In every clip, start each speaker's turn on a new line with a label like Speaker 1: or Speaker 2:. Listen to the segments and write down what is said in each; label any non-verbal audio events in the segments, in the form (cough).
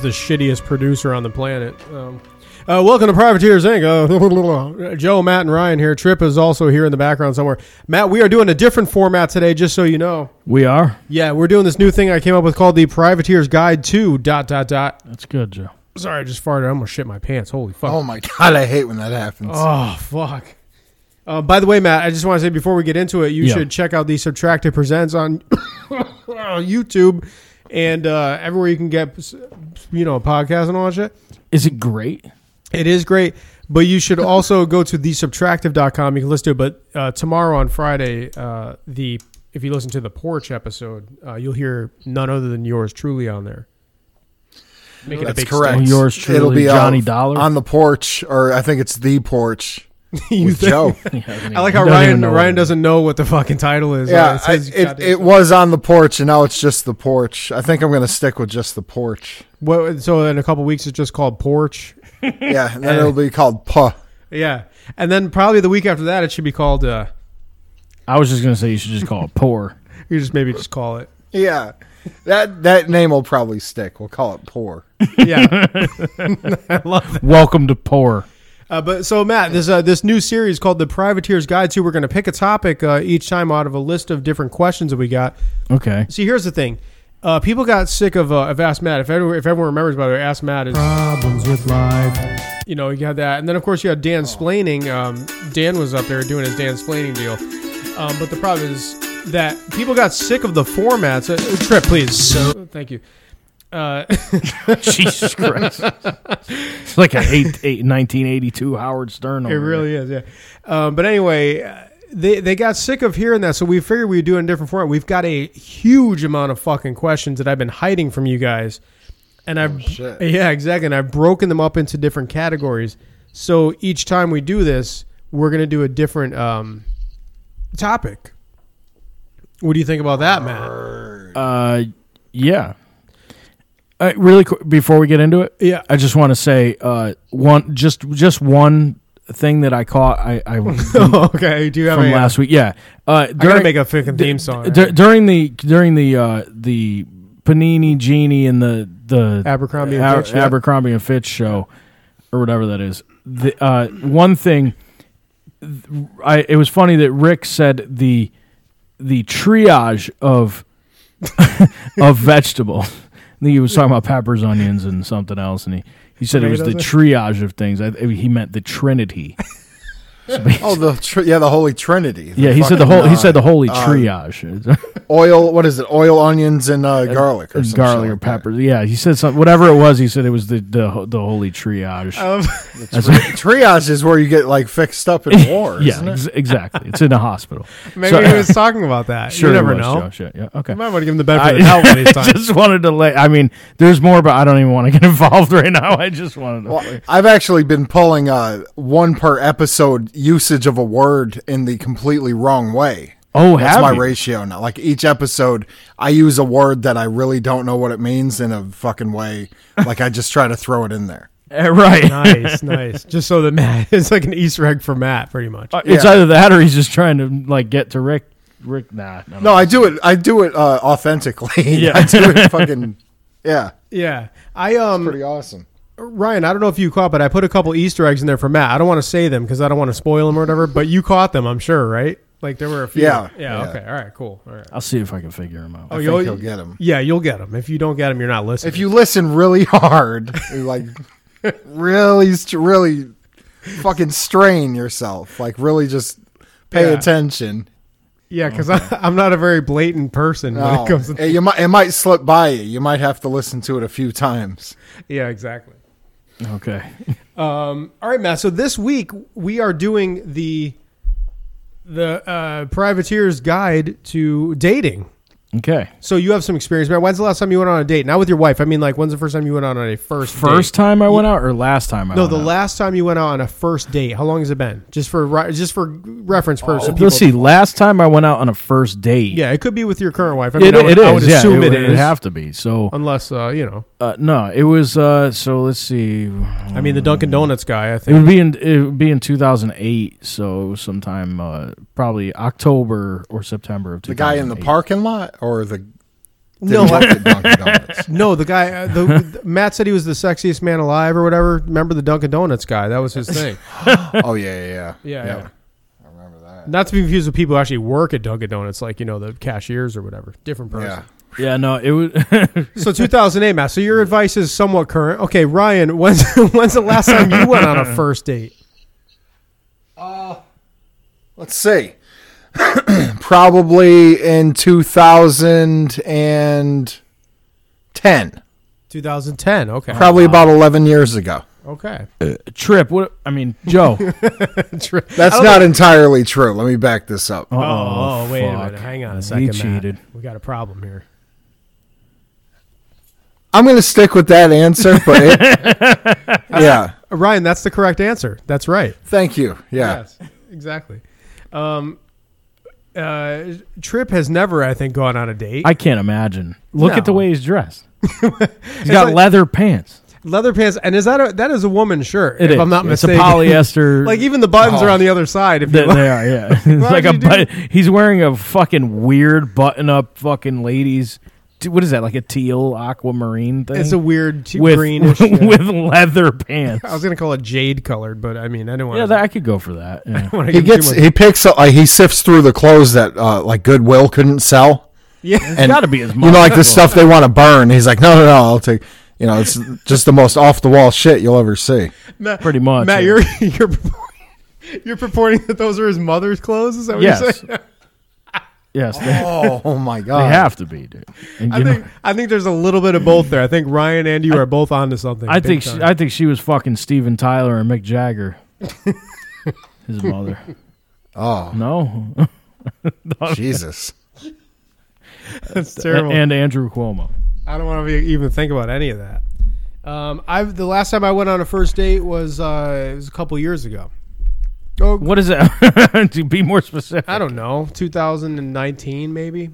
Speaker 1: the shittiest producer on the planet. Um, uh, welcome to Privateers Inc. Uh, (laughs) Joe, Matt, and Ryan here. Trip is also here in the background somewhere. Matt, we are doing a different format today, just so you know.
Speaker 2: We are.
Speaker 1: Yeah, we're doing this new thing I came up with called the Privateers Guide to dot dot dot.
Speaker 2: That's good, Joe.
Speaker 1: Sorry, I just farted. I almost shit my pants. Holy fuck!
Speaker 3: Oh my god, I hate when that happens.
Speaker 1: Oh fuck. Uh, by the way, Matt, I just want to say before we get into it, you
Speaker 2: Yeah.
Speaker 1: should check out the Subtracted Presents on (coughs) on YouTube and uh, everywhere you can get, you know, podcasts and all that shit.
Speaker 2: Is it great?
Speaker 1: It is great, but you should also go to thesubtractive.com. You can listen to it. But uh, tomorrow on Friday, uh, the if you listen to the porch episode, uh, you'll hear none other than yours truly on there. Making a
Speaker 3: That's
Speaker 1: big
Speaker 3: correct.
Speaker 2: stand. Yours truly, Johnny
Speaker 3: on,
Speaker 2: Dollar.
Speaker 3: on the porch, or I think it's the porch
Speaker 1: stand. (laughs) You
Speaker 3: with
Speaker 1: think- (laughs)
Speaker 3: Joe.
Speaker 1: I like how Ryan Ryan doesn't know what the fucking title is. Uh,
Speaker 3: yeah,
Speaker 1: it
Speaker 3: I-
Speaker 1: says
Speaker 3: it,
Speaker 1: goddamn-
Speaker 3: it was on the porch, and now it's just the porch. I think I'm gonna stick with just
Speaker 1: (laughs)
Speaker 3: the porch.
Speaker 1: What, so in a couple weeks, it's just called Porch.
Speaker 3: Yeah, and then it'll be called Puh.
Speaker 1: Yeah, and then probably the week after that, it should be called. Uh,
Speaker 2: I was just gonna say you should just call it poor. (laughs)
Speaker 1: you just maybe just call it.
Speaker 3: Yeah, that that name will probably stick. We'll call
Speaker 1: (laughs)
Speaker 3: it Poor.
Speaker 1: Yeah,
Speaker 2: Welcome to poor.
Speaker 1: uh, but so Matt, this uh, this new series called the Privateer's Guide to. We're going to pick a topic uh, each time out of a list of different questions that we got.
Speaker 2: Okay.
Speaker 1: See, here's the thing. Uh, people got sick of, uh, of Ask Matt. If everyone, if everyone remembers, by the way, Ask Matt is problems with life. Oh. You know, you had that, and then of course you had Dan splaining. Um, Dan was up there doing his Dan splaining deal. Um, but the problem is that people got sick of the formats. Uh, Trip, please. So thank you. Uh,
Speaker 2: (laughs) Jesus Christ. It's like a eight, eight, 1982 Howard Stern.
Speaker 1: It
Speaker 2: over
Speaker 1: really is, yeah. Um, but anyway, uh, they they got sick of hearing that, so we figured we'd do it in a different format. We've got a huge amount of fucking questions that I've been hiding from you guys, and I've
Speaker 3: shit.
Speaker 1: yeah, exactly, and I've broken them up into different categories. So each time we do this, we're gonna do a different um, topic. What do you think about that, Matt?
Speaker 2: there. Uh, yeah. Uh, really quick before we get into it,
Speaker 1: Yeah. (laughs)
Speaker 2: I just want to say uh, one just just one thing that I caught I,
Speaker 1: (laughs)
Speaker 2: I from
Speaker 1: okay, do you have a?
Speaker 2: last week. Yeah, uh,
Speaker 1: Oh, I gotta
Speaker 2: during-
Speaker 1: make a fucking theme song.
Speaker 2: Dur- during the during the uh, the Panini Genie and the the
Speaker 1: Abercrombie and
Speaker 2: Ab-
Speaker 1: Fitch, yeah.
Speaker 2: Abercrombie and Fitch show or whatever that is. The, uh, one thing, th- I it was funny that Rick said the the triage of (laughs) of vegetables. I think he was talking about peppers, onions, and something else, and he, he said it was the triage of things. I, he meant
Speaker 1: (laughs)
Speaker 2: the Trinity.
Speaker 3: Oh, the tr- yeah, the Holy Trinity. The
Speaker 2: Yeah, he said the
Speaker 3: fucking,
Speaker 2: whole. He
Speaker 3: uh,
Speaker 2: said the holy
Speaker 3: uh,
Speaker 2: triage. (laughs)
Speaker 3: oil. What is it? Oil, onions, and uh, garlic, or
Speaker 2: and
Speaker 3: some
Speaker 2: garlic
Speaker 3: shit
Speaker 2: or
Speaker 3: like that.
Speaker 2: peppers. Yeah, he said something. Whatever it was, he said it was the the, the holy triage.
Speaker 1: Um,
Speaker 2: That's
Speaker 3: Tri-
Speaker 2: what-
Speaker 3: triage is where you get like fixed
Speaker 2: (laughs)
Speaker 3: up in war.
Speaker 2: yeah,
Speaker 3: isn't it?
Speaker 2: ex- exactly. It's in a hospital.
Speaker 1: maybe
Speaker 2: So-
Speaker 1: he was talking about that.
Speaker 2: (laughs) sure,
Speaker 1: you
Speaker 2: it
Speaker 1: never
Speaker 2: was,
Speaker 1: know.
Speaker 2: Josh, yeah, yeah, okay.
Speaker 1: You might want to give him the benefit
Speaker 2: I
Speaker 1: of the
Speaker 2: (laughs)
Speaker 1: doubt when he's talking.
Speaker 2: just wanted to lay. I mean, there's more, but I don't even want to get (laughs) involved right now. I just wanted to.
Speaker 3: Well, I've actually been pulling uh, one per episode usage of a word in the completely wrong way.
Speaker 2: oh,
Speaker 3: That's
Speaker 2: have
Speaker 3: my
Speaker 2: you?
Speaker 3: ratio now. Like each episode, I use a word that I really don't know what it means in a fucking way. Like I just try to throw it in there.
Speaker 2: Eh, right.
Speaker 3: (laughs)
Speaker 1: nice, nice. Just so that Matt, (laughs) it's like an Easter egg for Matt, pretty much.
Speaker 2: Uh, It's
Speaker 3: Yeah.
Speaker 2: either that or he's just trying to like get to Rick. Rick, nah.
Speaker 3: No, I do it. I do it uh, authentically. (laughs)
Speaker 2: Yeah.
Speaker 3: I do
Speaker 2: (laughs)
Speaker 3: it fucking. Yeah,
Speaker 1: yeah, I um,
Speaker 3: pretty awesome.
Speaker 1: Ryan, I don't know if you caught, but I put a couple Easter eggs in there for Matt. I don't want to say them because I don't want to spoil them or whatever. But you caught them, I'm sure, right? Like there were a few.
Speaker 3: Yeah,
Speaker 1: yeah.
Speaker 3: yeah.
Speaker 1: Okay. All right. Cool. All right.
Speaker 2: I'll see if I can figure him out.
Speaker 1: Oh,
Speaker 3: I
Speaker 1: you'll-
Speaker 3: think he'll get him
Speaker 1: Yeah, you'll get them. If you don't get them, you're not listening.
Speaker 3: if you listen really hard. Like really, st- really, fucking strain yourself. Like really, just pay
Speaker 1: Yeah.
Speaker 3: attention.
Speaker 1: yeah, because
Speaker 3: Oh,
Speaker 1: (laughs) I'm not a very blatant person when
Speaker 3: No.
Speaker 1: it comes. to
Speaker 3: It- you might it might slip by you. You might have to listen to it a few times.
Speaker 1: Yeah, exactly.
Speaker 2: Okay. (laughs)
Speaker 1: Um, all right, Matt. So this week we are doing the the uh, privateer's guide to dating.
Speaker 2: Okay.
Speaker 1: So you have some experience, man. When's the last time you went on a date? Not with your wife. I mean, like, when's the first time you went out on a first
Speaker 2: First
Speaker 1: Date?
Speaker 2: time I went out or last time I
Speaker 1: No,
Speaker 2: went
Speaker 1: the
Speaker 2: out?
Speaker 1: last time you went out on a first date. How long has it been? Just for ri- just for reference purpose.
Speaker 2: So Let's see. Last time I went out on a first date.
Speaker 1: Yeah, it could be with your current wife. I mean,
Speaker 2: it,
Speaker 1: I would,
Speaker 2: it is.
Speaker 1: I would
Speaker 2: yeah,
Speaker 1: assume
Speaker 2: it,
Speaker 1: it
Speaker 2: would- it'd
Speaker 1: is,
Speaker 2: have to be. So
Speaker 1: unless uh, you know.
Speaker 2: uh, no, it was. Uh, so let's see.
Speaker 1: I mean, the Dunkin' Donuts guy. I
Speaker 2: It
Speaker 1: think.
Speaker 2: would be in it would be in 2008. So it was sometime uh, probably October or September of
Speaker 3: The guy in the
Speaker 2: 2008.
Speaker 3: parking lot or the that
Speaker 1: No,
Speaker 3: he
Speaker 1: I-
Speaker 3: worked at Dunkin' Donuts.
Speaker 1: No, the guy, uh, (laughs) the, Matt said he was the sexiest man alive or whatever. Remember the Dunkin' Donuts guy? That (laughs) was his thing.
Speaker 3: Oh yeah, yeah, yeah.
Speaker 1: Yeah, yeah.
Speaker 3: I remember that.
Speaker 1: Not to be confused with people who actually work at Dunkin' Donuts, like you know the cashiers or whatever. Different person.
Speaker 3: Yeah.
Speaker 2: Yeah, no, it was.
Speaker 1: So 2008, Matt. So your advice is somewhat current. Okay, Ryan, (laughs) when's when's the last time you went on a first date?
Speaker 3: Let's see. (clears throat) Probably in 2010.
Speaker 1: 2010. Okay.
Speaker 3: Probably about 11 years ago.
Speaker 1: Okay.
Speaker 2: (laughs) Trip, what? I mean, Joe.
Speaker 3: That's not entirely true. Let me back this up.
Speaker 2: Oh,
Speaker 1: Oh, wait a
Speaker 2: fuck.
Speaker 1: minute. Hang on
Speaker 2: He
Speaker 1: a second. Matt.
Speaker 2: cheated.
Speaker 1: We got a problem here.
Speaker 3: I'm going to stick with that answer, but it,
Speaker 1: (laughs)
Speaker 3: yeah.
Speaker 1: Uh, Ryan, that's the correct answer. That's right.
Speaker 3: Thank you. Yeah.
Speaker 2: Ah.
Speaker 1: Yes, exactly. Um, uh, Trip has never, I think, gone on a date.
Speaker 2: I can't imagine. Look at the
Speaker 1: No.
Speaker 2: way he's
Speaker 3: (laughs)
Speaker 2: dressed. he's got
Speaker 1: like-
Speaker 2: leather pants.
Speaker 1: Leather pants, and is that a that is a woman's shirt?
Speaker 2: It
Speaker 1: if
Speaker 2: is.
Speaker 1: I'm not
Speaker 2: it's
Speaker 1: mistaken,
Speaker 2: a
Speaker 1: (laughs)
Speaker 2: polyester.
Speaker 1: like even the buttons are on the other side. If
Speaker 2: Th-
Speaker 1: you look.
Speaker 2: they are,
Speaker 1: (laughs)
Speaker 2: yeah. It's like a
Speaker 1: would you do
Speaker 2: but he's wearing a fucking weird button-up fucking ladies. t- What is that? Like a teal aquamarine thing?
Speaker 1: it's a weird t-
Speaker 2: with,
Speaker 1: greenish.
Speaker 2: (laughs)
Speaker 1: yeah.
Speaker 2: with leather pants.
Speaker 1: (laughs) I was gonna call it jade colored, but I mean, I don't want.
Speaker 2: yeah, that,
Speaker 1: (laughs)
Speaker 2: I could go for that. yeah.
Speaker 1: want to
Speaker 3: He gets he picks up like he sifts through the clothes that uh, like Goodwill couldn't sell.
Speaker 1: yeah. (laughs)
Speaker 3: and
Speaker 2: gotta be his
Speaker 3: You know, like
Speaker 2: mom.
Speaker 3: the stuff they want to burn. He's like, no, no, no, I'll take. You know, it's just the most off the wall shit you'll ever see.
Speaker 1: Matt,
Speaker 2: pretty much,
Speaker 1: Matt,
Speaker 2: yeah.
Speaker 1: you're (laughs) you're purporting, you're purporting that those are his mother's clothes. Is that what you're
Speaker 2: Yes.
Speaker 1: (laughs) saying?
Speaker 2: Yes, they,
Speaker 3: Oh, (laughs) my
Speaker 2: they
Speaker 3: god!
Speaker 2: have to be, dude. And,
Speaker 1: I
Speaker 2: you know,
Speaker 1: think I think there's a little bit of both there. I think Ryan and you are both onto something.
Speaker 2: I
Speaker 1: big
Speaker 2: think she,
Speaker 1: time.
Speaker 2: I think she was fucking Steven Tyler and Mick Jagger. His mother.
Speaker 3: Oh
Speaker 2: No.
Speaker 3: Jesus!
Speaker 1: (laughs) that's terrible.
Speaker 2: and, and Andrew Cuomo.
Speaker 1: I don't want to be, even think about any of that. Um, I've the last time I went on a first date was uh, it was a couple years ago. Oh,
Speaker 2: What is that? (laughs) to be more specific.
Speaker 1: I don't know, 2019 maybe.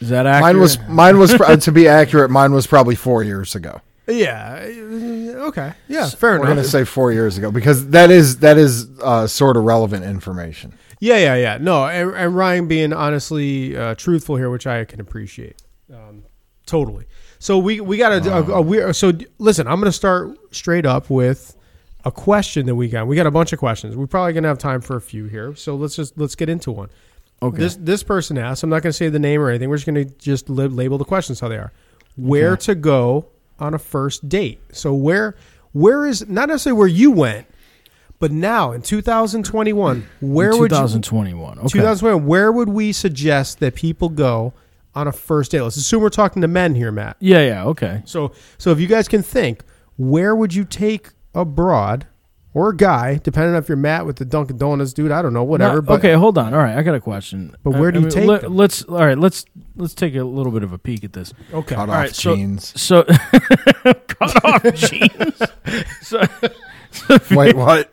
Speaker 2: Is that accurate?
Speaker 3: (laughs) Mine was mine was uh, to be accurate. Mine was probably four years ago.
Speaker 1: Yeah. uh, Okay. Yeah. Fair
Speaker 3: We're
Speaker 1: enough.
Speaker 3: gonna say four years ago because that is that is uh, sort of relevant information.
Speaker 1: Yeah, yeah, yeah. No, and, and Ryan being honestly uh, truthful here, which I can appreciate um, totally. So we we got a, a, a weird. So d- listen, I'm going to start straight up with a question that we got. We got a bunch of questions. We're probably going to have time for a few here. So let's just let's get into one.
Speaker 2: Okay.
Speaker 1: This this person asked. I'm not going to say the name or anything. We're just going to just li- label the questions how they are. Where to go on a first date? So where where is not necessarily where you went, but now in 2021, where would you
Speaker 2: 2021. Okay.
Speaker 1: 2021, where would we suggest that people go on a first date? Let's assume we're talking to men here, Matt.
Speaker 2: yeah, yeah, okay.
Speaker 1: So, so if you guys can think, where would you take a broad or a guy, depending on if you're Matt with the Dunkin' Donuts dude? I don't know, whatever.
Speaker 2: Not-
Speaker 1: but
Speaker 2: okay, hold on. All right, I got a question.
Speaker 1: But
Speaker 2: I-
Speaker 1: where do
Speaker 2: I
Speaker 1: you take them?
Speaker 2: Let's all right. Let's let's take a little bit of a peek at this.
Speaker 1: okay.
Speaker 3: Cut off
Speaker 2: right, so-
Speaker 3: jeans.
Speaker 2: So (laughs) cut off (laughs) jeans. So,
Speaker 3: (laughs) Wait, what?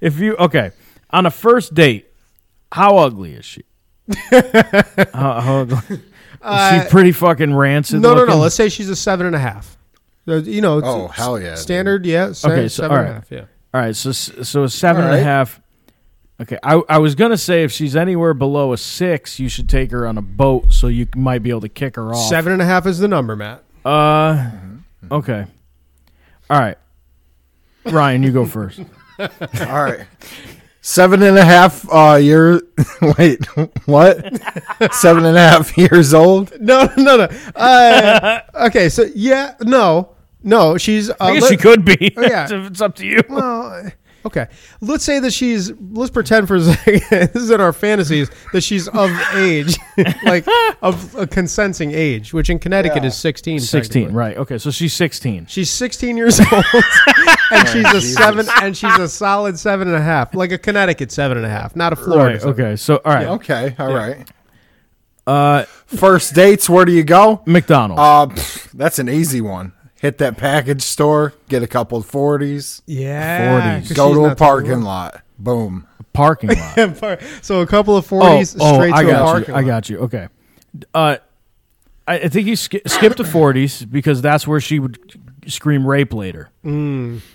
Speaker 2: if you okay on a first date, how ugly
Speaker 1: (laughs)
Speaker 2: is she? how, how ugly? Is she pretty fucking rancid?
Speaker 1: Uh, No, no,
Speaker 2: looking?
Speaker 1: no. Let's say she's a seven and a half. Uh, You know, it's-
Speaker 3: Oh, hell yeah, dude.
Speaker 1: standard, yeah, se-
Speaker 2: Okay, so-
Speaker 1: seven and a
Speaker 2: all right.
Speaker 1: half, yeah.
Speaker 2: All right, so so a seven
Speaker 3: All
Speaker 2: and a
Speaker 3: right.
Speaker 2: half. Okay, I I was gonna say if she's anywhere below a six, you should take her on a boat so you might be able to kick her off.
Speaker 1: Seven and a half is the number, Matt.
Speaker 2: (laughs) Uh, okay. All right, Ryan, you (laughs) go first.
Speaker 3: (laughs) All right. Seven and a half uh, year. (laughs) Wait, (laughs) what? Seven and a half years old.
Speaker 1: No, no, no. Uh, (laughs) okay, so yeah, no, no. She's. Uh,
Speaker 2: I guess
Speaker 1: let-
Speaker 2: she could be.
Speaker 1: yeah.
Speaker 2: (laughs) it's up to you.
Speaker 1: Well, okay. Let's say that she's. Let's pretend for a (laughs) second. this is in our fantasies that she's
Speaker 2: (laughs)
Speaker 1: of age, (laughs) like of a consenting age, which in Connecticut is sixteen.
Speaker 2: Sixteen,
Speaker 1: technically.
Speaker 2: right? Okay, so she's sixteen.
Speaker 1: She's sixteen years
Speaker 2: (laughs)
Speaker 1: old, (laughs) and she's a
Speaker 3: Oh, Jesus.
Speaker 1: seven, and she's a solid seven and a half, like a Connecticut seven and a half, not a Florida.
Speaker 2: Right.
Speaker 1: seven.
Speaker 2: Okay. So all right.
Speaker 3: (laughs) Okay, all right.
Speaker 2: Uh,
Speaker 3: First dates, where do you go?
Speaker 2: McDonald's.
Speaker 3: Uh, pff, that's an easy one. Hit that package store, get a couple of 40s,
Speaker 1: Yeah.
Speaker 2: 40s.
Speaker 1: 'cause
Speaker 3: go
Speaker 1: she's
Speaker 3: to
Speaker 1: not
Speaker 3: a
Speaker 1: the
Speaker 3: parking lot. Boom.
Speaker 2: parking lot.
Speaker 1: one. So a couple of
Speaker 2: oh,
Speaker 1: forties
Speaker 2: oh,
Speaker 1: straight
Speaker 2: I
Speaker 1: to a
Speaker 2: got you.
Speaker 1: parking
Speaker 2: I
Speaker 1: lot.
Speaker 2: got you. Okay. Uh, I, I think he sk- skipped the 40s because that's where she would scream rape later.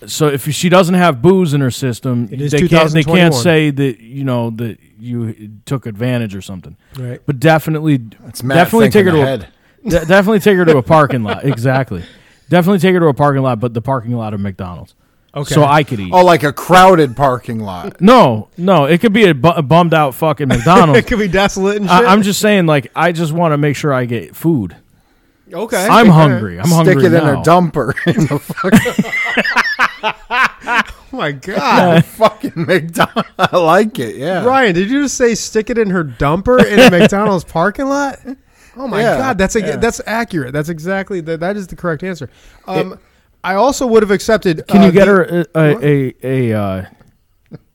Speaker 2: So if she doesn't have booze in her system,
Speaker 1: Mm. It is
Speaker 2: they can't, they
Speaker 1: 2021.
Speaker 2: can't say that you know that you took advantage or something.
Speaker 1: (laughs) Right.
Speaker 2: But definitely,
Speaker 3: It's Matt
Speaker 2: definitely take her
Speaker 3: thinking
Speaker 2: to a,
Speaker 3: ahead.
Speaker 2: (laughs) de- definitely take her to a parking lot. Exactly. Definitely take her to a parking lot, but the parking lot of McDonald's.
Speaker 1: Okay.
Speaker 2: So I could eat.
Speaker 3: Oh, like a crowded parking lot.
Speaker 2: No, no, it could be a, bu- a bummed out
Speaker 3: (laughs)
Speaker 2: fucking
Speaker 1: it
Speaker 2: McDonald's.
Speaker 1: could be desolate and shit.
Speaker 2: I, I'm just saying, like, I just want to make sure I get food.
Speaker 1: okay.
Speaker 2: I'm
Speaker 1: Okay.
Speaker 2: hungry. (laughs) I'm hungry
Speaker 3: Stick it
Speaker 2: now.
Speaker 3: in a dumper (laughs) in the fucking,
Speaker 1: Oh
Speaker 2: (laughs)
Speaker 1: my god.
Speaker 3: fucking McDonald's. I like it. Yeah.
Speaker 1: Ryan, did you just say stick it in her dumper in
Speaker 2: (laughs)
Speaker 1: a McDonald's parking lot? Oh my
Speaker 3: Yeah,
Speaker 1: god, that's a,
Speaker 3: yeah.
Speaker 1: that's accurate. That's exactly that. That is the correct answer. Um, I also would have accepted.
Speaker 2: Can
Speaker 1: uh,
Speaker 2: you get
Speaker 1: the-
Speaker 2: her a a a, a, uh,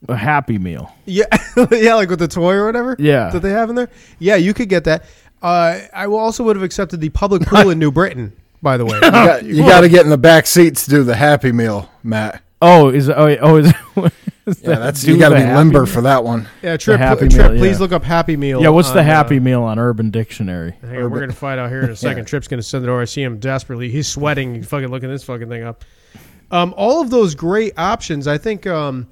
Speaker 2: a happy meal?
Speaker 1: (laughs) Yeah, (laughs) yeah, like with the toy or whatever.
Speaker 2: Yeah.
Speaker 1: that they have in there. Yeah, you could get that. Uh, I will- also would have accepted the public pool in New Britain. By the way,
Speaker 2: (laughs)
Speaker 3: You got, you got to get in the back seat to do the Happy Meal,
Speaker 2: (laughs)
Speaker 3: Matt.
Speaker 2: Oh, is oh, yeah, oh is, (laughs) is
Speaker 3: Yeah,
Speaker 2: that
Speaker 3: that's
Speaker 2: do
Speaker 3: you got to
Speaker 2: the
Speaker 3: be
Speaker 2: Happy
Speaker 3: limber
Speaker 2: Meal?
Speaker 3: for that one.
Speaker 1: yeah, trip,
Speaker 2: Happy
Speaker 1: trip.
Speaker 2: Meal,
Speaker 1: Please
Speaker 2: yeah.
Speaker 1: look up Happy Meal.
Speaker 2: Yeah,
Speaker 3: Oh,
Speaker 2: what's
Speaker 1: on,
Speaker 2: the Happy
Speaker 1: uh,
Speaker 2: Meal on Urban Dictionary?
Speaker 1: Hang on, we're gonna find out here
Speaker 2: (laughs)
Speaker 1: in a second. Trip's gonna send it over. I see him desperately. He's sweating. He's fucking looking this fucking thing up. Um, all of those great options. I think. Um,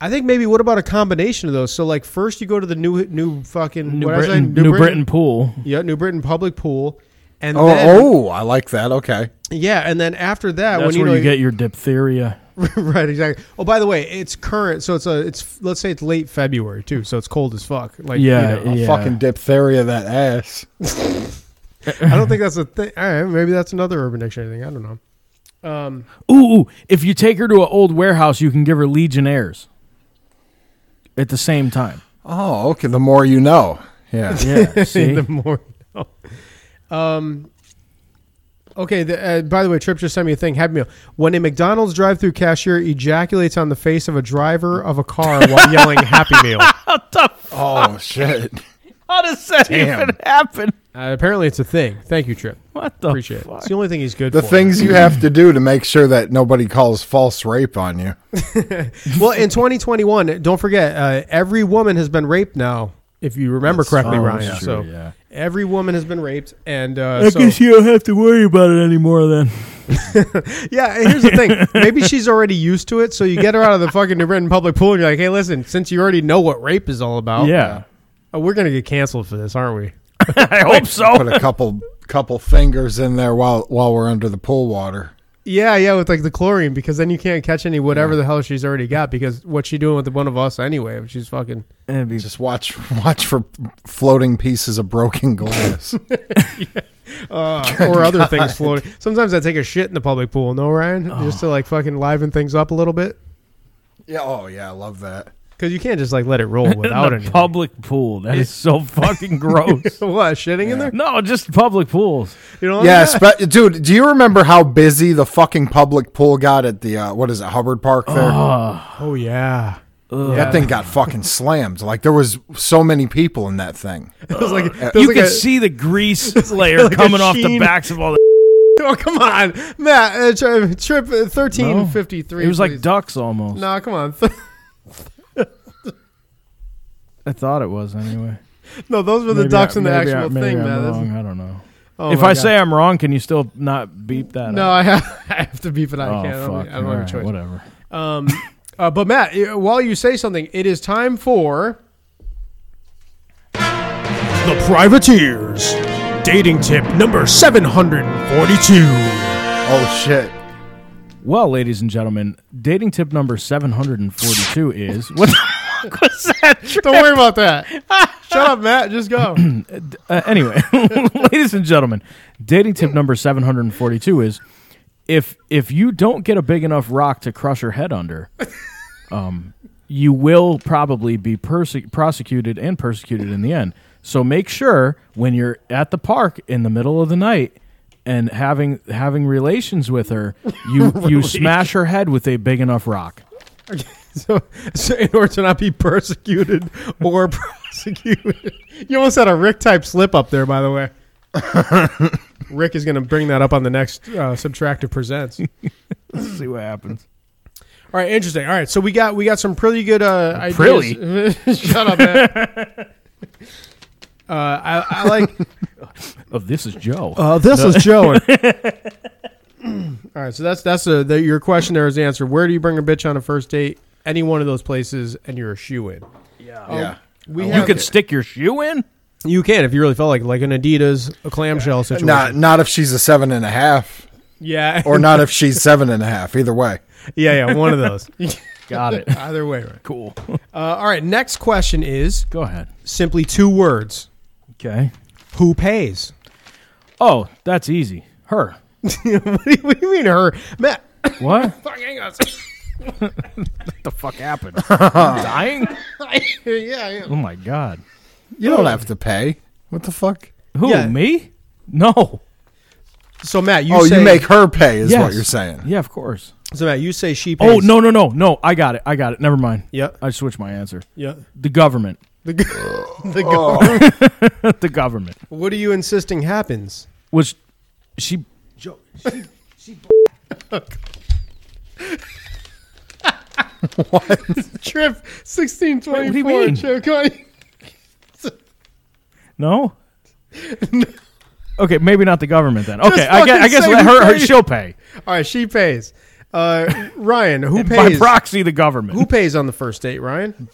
Speaker 1: I think maybe what about a combination of those? So like first you go to the new new fucking
Speaker 2: New
Speaker 1: what did I say?
Speaker 2: Britain, New, Britain pool.
Speaker 1: Yeah, New Britain public pool. And
Speaker 3: Oh,
Speaker 1: then,
Speaker 3: oh, I like that. Okay.
Speaker 1: yeah, and then after that,
Speaker 2: That's
Speaker 1: when you
Speaker 2: where
Speaker 1: know,
Speaker 2: you get your diphtheria.
Speaker 1: (laughs) right, exactly. Oh, by the way, it's current, so it's a it's let's say it's late February too, so it's cold as fuck. Like,
Speaker 2: Yeah,
Speaker 1: you know,
Speaker 3: I'll
Speaker 2: yeah.
Speaker 3: fucking diphtheria that ass.
Speaker 1: I don't think that's a thing. All right, maybe that's another Urban Dictionary thing. I don't know. Um,
Speaker 2: Ooh, ooh, if you take her to an old warehouse, you can give her Legionnaires at the same time.
Speaker 3: Oh, okay. The more you know. Yeah.
Speaker 2: Yeah, see?
Speaker 1: the more. you know. (laughs) Um. Okay. The, uh, by the way, Trip just sent me a thing. Happy meal. When a McDonald's drive-through cashier ejaculates on the face of a driver of a car
Speaker 2: (laughs)
Speaker 1: while yelling "Happy Meal,"
Speaker 3: (laughs)
Speaker 1: Uh,
Speaker 3: Oh shit.
Speaker 2: How does that
Speaker 3: Damn.
Speaker 2: even happen?
Speaker 1: uh, apparently it's a thing. Thank you, Trip.
Speaker 2: What the
Speaker 1: Appreciate it.
Speaker 2: Oh, fuck?
Speaker 1: It's the only thing he's good
Speaker 3: The
Speaker 1: for.
Speaker 3: things you have to do to make sure that nobody calls false rape on you.
Speaker 1: well, in 2021, don't forget, uh, every woman has been raped now, if you remember correctly,
Speaker 2: oh,
Speaker 1: Ryan.
Speaker 2: that's
Speaker 1: so
Speaker 2: true, yeah.
Speaker 1: every woman has been raped, and uh, so
Speaker 2: you don't have to worry about it anymore then.
Speaker 1: yeah. and Here's the thing: maybe she's already used to it. So you get her out of the fucking New Britain public pool, and you're like, "Hey, listen, since you already know what rape is all about,
Speaker 2: yeah.
Speaker 1: uh, we're gonna get canceled for this, aren't we?"
Speaker 2: (laughs) I hope so.
Speaker 3: Put a couple couple fingers in there while while we're under the pool water.
Speaker 1: Yeah, yeah, with like the chlorine, because then you can't catch any whatever the hell she's already got. Because what's she doing with the one of us anyway? She's
Speaker 2: (laughs)
Speaker 1: fucking
Speaker 3: Just watch watch for floating pieces of broken glass.
Speaker 2: Oh,
Speaker 1: uh, or other things floating. Sometimes I take a shit in the public pool, no, Ryan,
Speaker 2: Oh.
Speaker 1: just to like fucking liven things up a little bit.
Speaker 3: (laughs) yeah, oh yeah, I love (laughs) that.
Speaker 1: Because you can't just like let it roll without
Speaker 2: in
Speaker 1: any
Speaker 2: (laughs) the public pool. That is (laughs) so fucking gross.
Speaker 1: What shitting in there?
Speaker 2: no, just public pools.
Speaker 1: You know?
Speaker 3: Yes, but dude, do you remember how busy the fucking public pool got at the uh, what is it Hubbard Park there?
Speaker 2: Ah.
Speaker 1: Oh yeah. (laughs)
Speaker 3: that thing got fucking slammed. Like there was so many people in that thing.
Speaker 1: It was like, it was
Speaker 2: You
Speaker 1: like
Speaker 2: can
Speaker 1: a-
Speaker 2: see the (laughs) grease layer
Speaker 1: like a
Speaker 2: coming off the
Speaker 1: sheen.
Speaker 2: backs of all the.
Speaker 1: (laughs) Oh come on, Matt. Uh, tri- trip thirteen fifty three.
Speaker 2: It was like ducks almost.
Speaker 1: No, come on. (laughs) Th-
Speaker 2: I thought it was anyway.
Speaker 1: No, those were the
Speaker 2: Maybe
Speaker 1: ducks
Speaker 2: I-
Speaker 1: in the
Speaker 2: maybe I-
Speaker 1: actual
Speaker 2: maybe
Speaker 1: thing,
Speaker 2: I'm
Speaker 1: man. That's-
Speaker 2: wrong. I don't know.
Speaker 1: oh
Speaker 2: if I
Speaker 1: my God.
Speaker 2: say I'm wrong, can you still not beep
Speaker 1: (laughs)
Speaker 2: that?
Speaker 1: no,
Speaker 2: out?
Speaker 1: I have, (laughs) I have to beep it. out. I
Speaker 2: oh
Speaker 1: can't. I don't,
Speaker 2: fuck!
Speaker 1: I don't
Speaker 2: All
Speaker 1: have a
Speaker 2: right,
Speaker 1: choice.
Speaker 2: Whatever.
Speaker 1: Um, uh, but Matt, i- while you say something, it is time for the privateers dating tip number seven hundred forty-two.
Speaker 3: Oh shit.
Speaker 2: Well, ladies and gentlemen, dating tip number seven hundred and forty-two is (laughs) what the fuck was that?
Speaker 1: Don't worry about
Speaker 2: (laughs)
Speaker 1: that. Shut up, Matt. Just go.
Speaker 2: Uh, anyway, (laughs) ladies and gentlemen, dating tip number 742 is if if you don't get a big enough rock to crush her head under, um, you will probably be perse- prosecuted and persecuted in the end. So make sure when you're at the park in the middle of the night and having having relations with her, you you smash her head with a big enough rock.
Speaker 1: (laughs) So, so in order to not be persecuted or (laughs) prosecuted, you almost had a Rick type slip up there. By the way, (laughs) Rick is going to bring that up on the next uh, subtractive presents. All
Speaker 2: See what happens.
Speaker 1: right, interesting. All right, so we got we got some pretty good uh, ideas. (laughs)
Speaker 2: Pretty?
Speaker 1: Shut up, man. Uh, I, I like
Speaker 2: of Oh, this is Joe.
Speaker 1: (laughs) Uh, this is Joey. (laughs) All right, so that's that's a, the, your question there is answered. Where do you bring a bitch on a first date? Any one of those places, and you're a shoe in.
Speaker 3: yeah.
Speaker 1: We
Speaker 2: you
Speaker 1: have-
Speaker 2: could stick your shoe in.
Speaker 1: you can if you really felt like like an Adidas, a clamshell situation.
Speaker 3: Not not if she's a seven and a half,
Speaker 1: yeah,
Speaker 2: (laughs)
Speaker 3: or not if she's seven and a half. Either way,
Speaker 1: yeah, yeah. One of
Speaker 2: (laughs)
Speaker 1: those.
Speaker 2: Got it.
Speaker 1: Either way, right?
Speaker 2: cool.
Speaker 1: Uh, all right. Next question is
Speaker 2: Go ahead.
Speaker 1: simply two words.
Speaker 2: Okay.
Speaker 1: Who pays? (laughs)
Speaker 2: Oh, that's easy. Her.
Speaker 1: what, do you, what do you mean, her? Matt,
Speaker 2: What?
Speaker 1: fuck, hang on.
Speaker 2: the fuck (laughs) happened? dying?
Speaker 1: yeah, (coughs) yeah.
Speaker 2: Oh my god.
Speaker 3: you don't have to pay. What the fuck?
Speaker 2: Who?
Speaker 1: Yeah.
Speaker 2: Me? No.
Speaker 1: So Matt, you
Speaker 3: oh,
Speaker 1: say
Speaker 3: you make her pay is what
Speaker 2: Yes.
Speaker 3: you're saying.
Speaker 2: Yeah, of course.
Speaker 1: so Matt, you say she
Speaker 2: Oh
Speaker 1: pays.
Speaker 2: no no no no! I got it. I got it. Never mind.
Speaker 1: Yeah,
Speaker 2: I switched my answer.
Speaker 1: (laughs) yeah.
Speaker 2: The government. (laughs)
Speaker 1: The, g- (laughs) the government.
Speaker 2: the government.
Speaker 1: (laughs) What are you insisting happens?
Speaker 2: Which she
Speaker 1: Trip sixteen
Speaker 2: do you mean?
Speaker 1: (laughs)
Speaker 2: no. okay, maybe not the government then. Okay, I guess, I
Speaker 1: fucking
Speaker 2: guess
Speaker 1: say
Speaker 2: let
Speaker 1: who
Speaker 2: her, her
Speaker 1: pays.
Speaker 2: she'll pay.
Speaker 1: All right, she pays. Uh, Ryan, (laughs) who
Speaker 2: by
Speaker 1: pays?
Speaker 2: proxy the government.
Speaker 1: who pays on the first date, Ryan?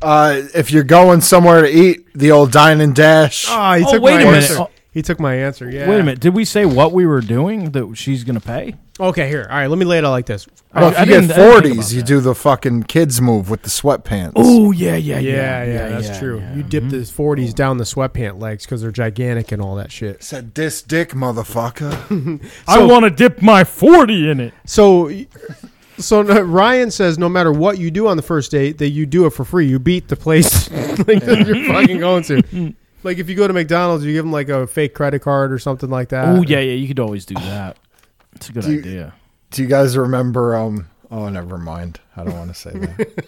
Speaker 3: Uh, if you're going somewhere to eat, the old dine and dash.
Speaker 1: Ah, he
Speaker 2: Oh,
Speaker 1: took
Speaker 2: wait
Speaker 1: my
Speaker 2: a minute.
Speaker 1: answer.
Speaker 2: Oh.
Speaker 1: He took my answer. Yeah.
Speaker 2: Wait a minute. Did we say what we were doing that she's going to pay?
Speaker 1: Okay, here. All right, let me lay it out like this.
Speaker 3: well, if
Speaker 2: I- I
Speaker 3: you get
Speaker 2: didn't- I didn't think
Speaker 3: forties,
Speaker 2: about
Speaker 3: you
Speaker 2: that.
Speaker 3: do the fucking kids move with the sweatpants.
Speaker 2: Oh yeah, yeah, yeah,
Speaker 1: Yeah, yeah, that's true.
Speaker 2: yeah. Mm-hmm.
Speaker 1: You dip the 40s down the sweatpant legs because they're gigantic and all that shit.
Speaker 3: Said this dick, motherfucker.
Speaker 2: I want to dip my forty in it.
Speaker 1: So, (laughs) so no- Ryan says no matter what you do on the first date, that you do it for free. You beat the place (laughs) like, that you're fucking going
Speaker 2: (laughs)
Speaker 1: to. Like if you go to McDonald's, you give them like a fake credit card or something like that.
Speaker 2: Oh yeah, yeah. You could always do that. It's a good
Speaker 3: Do you-
Speaker 2: idea.
Speaker 3: do you guys remember? Um. Oh, never mind. I don't want to say that.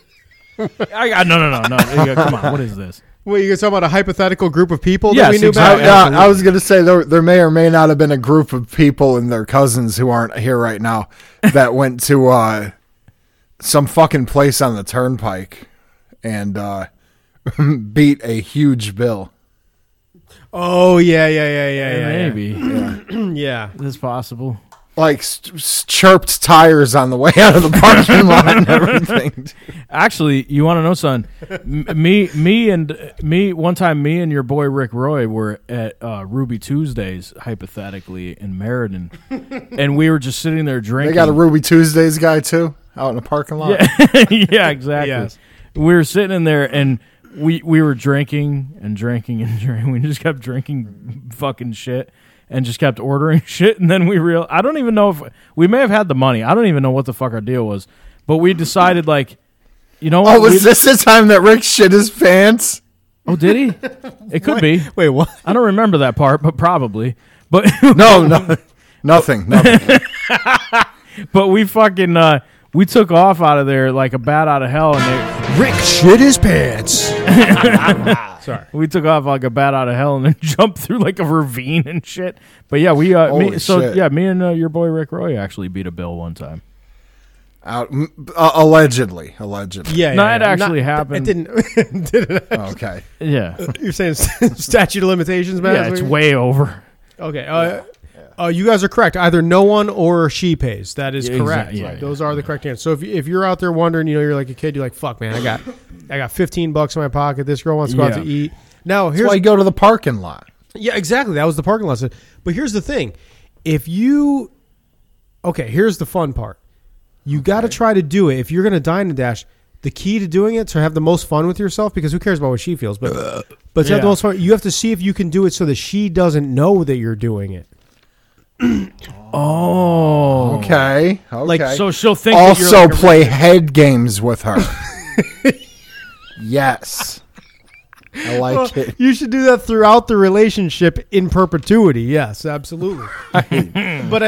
Speaker 2: I got no, no, no, no. Yeah, come on. What is (laughs) this?
Speaker 1: Wait, you're talking about a hypothetical group of people that
Speaker 2: Yes,
Speaker 1: we knew
Speaker 2: exactly.
Speaker 1: about?
Speaker 3: I, I was gonna say there, there may or may not have been a group of people and their cousins who aren't here right now that went to uh, some fucking place on the turnpike and uh, (laughs) beat a huge bill.
Speaker 1: Oh yeah, yeah, yeah, yeah, yeah.
Speaker 2: Maybe
Speaker 1: yeah. yeah.
Speaker 2: Is this possible.
Speaker 3: Like st- s- chirped tires on the way out of the parking lot
Speaker 1: (laughs)
Speaker 3: and everything.
Speaker 2: Actually, you want to know something? M- me, me, and me. One time, me and your boy Rick Roy were at uh, Ruby Tuesdays, hypothetically in
Speaker 3: (laughs)
Speaker 2: Meriden, and we were just sitting there drinking.
Speaker 3: They got a Ruby Tuesdays guy too out in the parking lot.
Speaker 2: Yeah, (laughs) yeah, exactly.
Speaker 1: Yes.
Speaker 2: We were sitting in there and we we were drinking and drinking and (laughs) drinking. We just kept drinking fucking shit and just kept ordering (laughs) shit. And then we real I don't even know if we may have had the money. I don't even know what the fuck our deal was, but we decided like. You know what?
Speaker 3: Oh, was
Speaker 2: we-
Speaker 3: this the time that Rick shit his pants?
Speaker 2: (laughs) oh, did he? It could be.
Speaker 1: Wait, what?
Speaker 2: I don't remember that part, but probably. But
Speaker 3: No, no, nothing, nothing.
Speaker 2: (laughs) but we fucking uh, we took off out of there like a bat out of hell, and they,
Speaker 1: (laughs) Rick shit his pants. Sorry.
Speaker 2: We took off like a bat out of hell and then (laughs) jumped through like a ravine and shit. But yeah, we uh, me,
Speaker 3: Holy
Speaker 2: so
Speaker 3: shit.
Speaker 2: yeah, me and uh, your boy Rick Roy actually beat a bill one time.
Speaker 3: Out, m- uh, allegedly, allegedly.
Speaker 1: Yeah,
Speaker 2: No,
Speaker 1: yeah,
Speaker 2: it
Speaker 1: yeah.
Speaker 2: actually
Speaker 1: Not-
Speaker 2: happened.
Speaker 1: It didn't. (laughs) did it?
Speaker 3: Okay.
Speaker 2: (laughs) Yeah,
Speaker 1: You're saying (laughs) statute of limitations, man?
Speaker 2: yeah,
Speaker 1: That's
Speaker 2: it's
Speaker 1: what
Speaker 2: way over.
Speaker 1: you're- okay. Uh, uh, you guys are correct. Either no one or she pays. That is
Speaker 2: Yeah,
Speaker 1: correct.
Speaker 2: exactly. Yeah, yeah,
Speaker 1: Those are the correct answers. So if, you- if you're out there wondering, you know, you're like a kid, you're like, fuck, man, I got, I got 15 bucks in my pocket. This girl wants to go out
Speaker 2: Yeah.
Speaker 1: to eat. Now
Speaker 3: That's
Speaker 1: here's
Speaker 3: why you go to the parking lot.
Speaker 1: Yeah, exactly. That was the parking lot. But here's the thing: if you, okay, here's the fun part. You got to try to do it. If you're going to dine and dash, the key to doing it to have the most fun with yourself because who cares about what she feels, but but to have the
Speaker 2: Yeah.
Speaker 1: most fun, you have to see if you can do it so that she doesn't know that you're doing
Speaker 2: (laughs)
Speaker 1: it.
Speaker 2: Oh,
Speaker 3: Okay. Okay.
Speaker 2: so she'll think that you're,
Speaker 3: also
Speaker 2: like, a-
Speaker 3: play head games
Speaker 2: (laughs)
Speaker 3: with her. yes. I
Speaker 2: (laughs)
Speaker 3: like it.
Speaker 1: You should do that throughout the relationship in perpetuity. Yes,
Speaker 2: (laughs)
Speaker 1: absolutely. but I
Speaker 3: Right,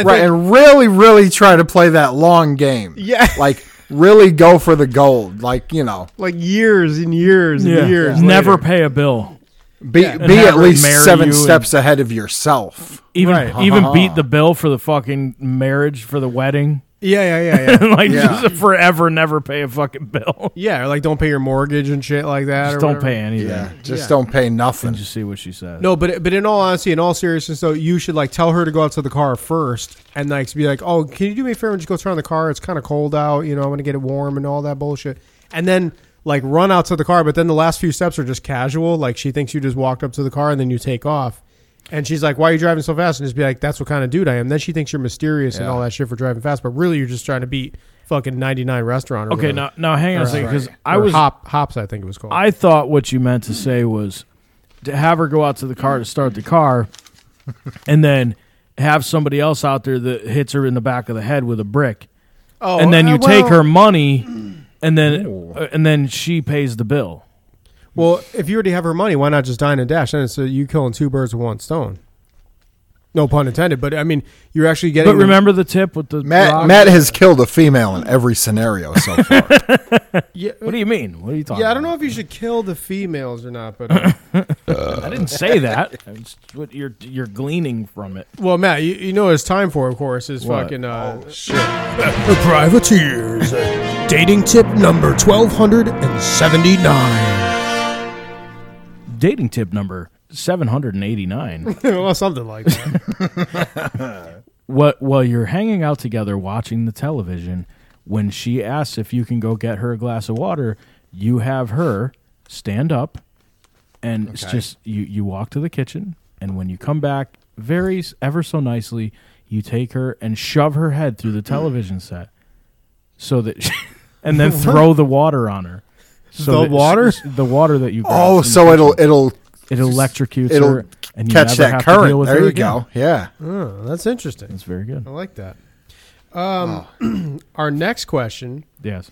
Speaker 1: think
Speaker 3: and really, really try to play that long game.
Speaker 2: (laughs)
Speaker 1: Yeah.
Speaker 3: Like really go for the gold. Like, you know,
Speaker 1: like years and years
Speaker 2: yeah,
Speaker 1: and years.
Speaker 2: never
Speaker 1: later.
Speaker 2: pay a bill.
Speaker 3: be be
Speaker 2: have
Speaker 3: at
Speaker 2: her
Speaker 3: least
Speaker 2: marry
Speaker 3: seven
Speaker 2: you and-
Speaker 3: steps ahead of yourself.
Speaker 2: Even
Speaker 1: Right.
Speaker 2: even beat the bill for the fucking marriage for the wedding. (laughs)
Speaker 1: Yeah, yeah, yeah, yeah.
Speaker 2: and like
Speaker 3: Yeah.
Speaker 2: just forever never pay a fucking bill.
Speaker 1: yeah, or like don't pay your mortgage and shit like that.
Speaker 2: Just
Speaker 1: or
Speaker 2: don't
Speaker 1: whatever.
Speaker 2: pay anything.
Speaker 3: Yeah, just
Speaker 1: Yeah.
Speaker 3: don't pay
Speaker 2: And
Speaker 3: nothing.
Speaker 2: just see what she says.
Speaker 1: No, but but in all honesty, in all seriousness, though, you should like tell her to go out to the car first, and like be like, "Oh, can you do me a favor and just go turn on the car? It's kind of cold out. You know, I want to get it warm and all that bullshit." And then like run out to the car, but then the last few steps are just casual. Like she thinks you just walked up to the car and then you take off, and she's like, "Why are you driving so fast?" And just be like, "That's what kind of dude I am." Then she thinks you're mysterious and
Speaker 3: Yeah.
Speaker 1: all that shit for driving fast, but really you're just trying to beat fucking 99 restaurant. Or
Speaker 2: Okay,
Speaker 1: whatever.
Speaker 2: now now hang on a
Speaker 1: Right.
Speaker 2: second because I
Speaker 1: I was
Speaker 2: was
Speaker 1: hop hops. I think it was called.
Speaker 2: I thought what you meant to say was to have her go out to the car to start
Speaker 1: (laughs)
Speaker 2: the car, and then have somebody else out there that hits her in the back of the head with a brick,
Speaker 1: oh,
Speaker 2: and then
Speaker 1: uh,
Speaker 2: you take
Speaker 1: well-
Speaker 2: her money, and then
Speaker 3: Ooh.
Speaker 2: uh, and then she pays the bill.
Speaker 1: Well, if you already have her money, why not just dine and dash? And it's uh, you killing two birds with one stone. No pun intended, but I mean, you're actually getting.
Speaker 2: But remember the tip with the
Speaker 3: Matt
Speaker 2: rock?
Speaker 3: Matt has killed a female in every scenario so
Speaker 2: (laughs)
Speaker 3: far.
Speaker 1: yeah, uh,
Speaker 2: What do you mean? What are you talking?
Speaker 1: yeah, I don't know
Speaker 2: about?
Speaker 1: if you should kill the females or not, but (laughs) uh,
Speaker 2: I didn't
Speaker 1: (laughs)
Speaker 2: say that. It's what you're you're gleaning from it.
Speaker 1: well, Matt, you, you know what it's time for, of course, is
Speaker 2: What?
Speaker 1: fucking (laughs) uh, shit. The privateers, uh, dating tip number twelve hundred and seventy nine,
Speaker 2: Dating tip number seven hundred and eighty nine.
Speaker 1: (laughs) well, something like that. (laughs)
Speaker 2: what while you're hanging out together watching the television when she asks if you can go get her a glass of water you have her stand up and it's
Speaker 3: Okay.
Speaker 2: just you you walk to the kitchen and when you come back very s- ever so nicely you take her and shove her head through the television set so that (laughs) and
Speaker 3: (laughs)
Speaker 2: then throw the water on her
Speaker 1: The
Speaker 2: so that-
Speaker 1: water?
Speaker 2: s- the water that you grabbed
Speaker 3: oh,
Speaker 2: from the
Speaker 3: so it'll
Speaker 2: kitchen.
Speaker 3: it'll
Speaker 2: it electrocutes
Speaker 3: it'll
Speaker 2: her and you
Speaker 3: catch
Speaker 2: never
Speaker 3: that
Speaker 2: have to deal
Speaker 3: current.
Speaker 2: with
Speaker 3: There
Speaker 2: her
Speaker 3: you
Speaker 2: again.
Speaker 3: go. Yeah.
Speaker 1: oh, that's interesting.
Speaker 2: that's very good
Speaker 1: I like that. Um, (clears throat) our next question.
Speaker 2: yes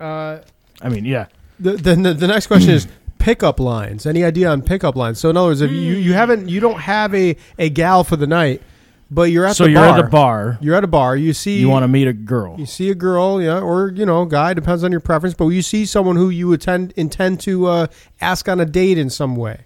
Speaker 1: Uh,
Speaker 2: i mean yeah
Speaker 1: The, then the, the next question is pickup lines. Any idea on pickup lines? So in other words, if you, you haven't you don't have a, a gal for the night, but you're at
Speaker 2: so
Speaker 1: the
Speaker 2: you're
Speaker 1: bar.
Speaker 2: at the bar.
Speaker 1: You're at a bar. You see
Speaker 2: You want to meet a girl.
Speaker 1: you see a girl, yeah, or you know, guy depends on your preference. But you see someone who you attend intend to uh, ask on a date in some way.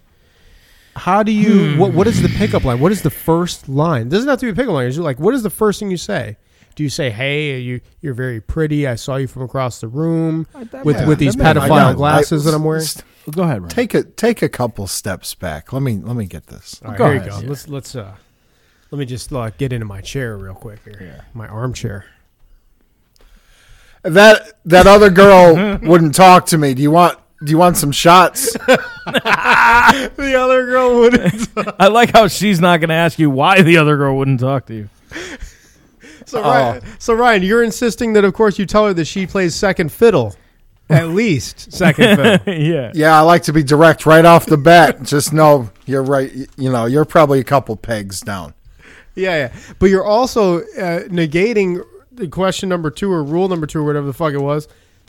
Speaker 1: How do you? What what is the pickup line? What is the first line? It doesn't have to be a pickup line. It's just like what is the first thing you say? Do you say, "Hey, you you're very pretty. I saw you from across the room with
Speaker 3: Yeah.
Speaker 1: with these
Speaker 2: Uh, that
Speaker 3: I
Speaker 2: might-
Speaker 1: pedophile
Speaker 3: know.
Speaker 1: glasses
Speaker 3: I-
Speaker 1: that I'm wearing."
Speaker 3: s-
Speaker 2: Go ahead, Ryan.
Speaker 3: Take a take a couple steps back. Let me let me get this.
Speaker 1: All right,
Speaker 2: Go
Speaker 1: here you
Speaker 2: ahead.
Speaker 1: go.
Speaker 2: Yeah.
Speaker 1: Let's let's uh, let me just uh, get into my chair real quick here. My armchair.
Speaker 3: That that other girl wouldn't talk to me. Do you want do you want some shots?
Speaker 1: The other girl would.
Speaker 2: I like how she's not going to ask you why the other girl wouldn't talk to you. (laughs)
Speaker 1: So Ryan, so Ryan, you're insisting that of course you tell her that she plays second fiddle, at least second fiddle.
Speaker 2: yeah.
Speaker 3: Yeah, I like to be direct right off the bat. Just know you're right. You know you're probably a couple pegs down.
Speaker 1: (laughs) Yeah, yeah. But you're also uh, negating the question number two or rule number two or whatever the fuck it was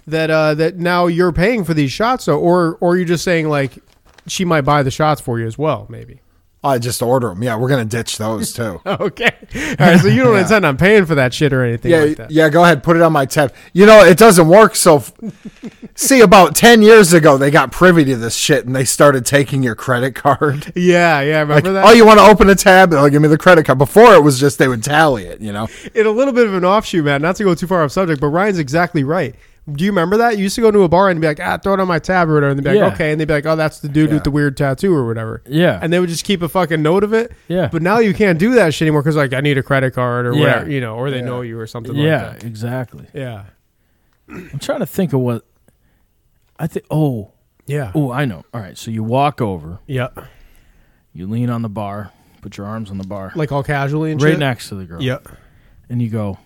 Speaker 1: that uh, that now you're paying for these shots, so, or or you're just saying like she might buy the shots for you as well, maybe. (laughs)
Speaker 3: I just order them. Yeah, we're gonna ditch those too.
Speaker 1: Okay. All right. So you (laughs) don't intend on paying for that shit or anything
Speaker 3: yeah,
Speaker 1: like that.
Speaker 3: yeah. Go ahead, put it on my tab. You know it doesn't work. So, f- (laughs) see, about ten years ago, they got privy to this shit and they started taking your credit card.
Speaker 1: Yeah, yeah. (laughs) Remember that?
Speaker 3: Oh, you want to open a tab? They'll give me the credit card. Before it was just they would tally it. You know.
Speaker 1: in a little bit of an offshoot, man, not to go too far off subject, but Ryan's exactly right. Do you remember that? You used to go to a bar and be like, ah, throw it on my tab or whatever. And they'd be like,
Speaker 2: Yeah.
Speaker 1: okay. And they'd be like, oh, that's the dude
Speaker 3: Yeah.
Speaker 1: with the weird tattoo or whatever.
Speaker 2: Yeah.
Speaker 1: And they would just keep a fucking note of it.
Speaker 2: Yeah.
Speaker 1: But now you can't do that shit anymore because, like, I need a credit card or
Speaker 2: Yeah.
Speaker 1: whatever, you know, or they know you or something
Speaker 2: yeah,
Speaker 1: like that.
Speaker 2: exactly.
Speaker 1: Yeah.
Speaker 2: I'm trying to think of what I think oh,
Speaker 1: Yeah.
Speaker 2: oh, I know. All right, so you walk over,
Speaker 1: Yeah.
Speaker 2: you lean on the bar, put your arms on the bar
Speaker 1: Like all casually and
Speaker 2: right
Speaker 1: shit.
Speaker 2: next to the girl.
Speaker 1: Yeah.
Speaker 2: And you go,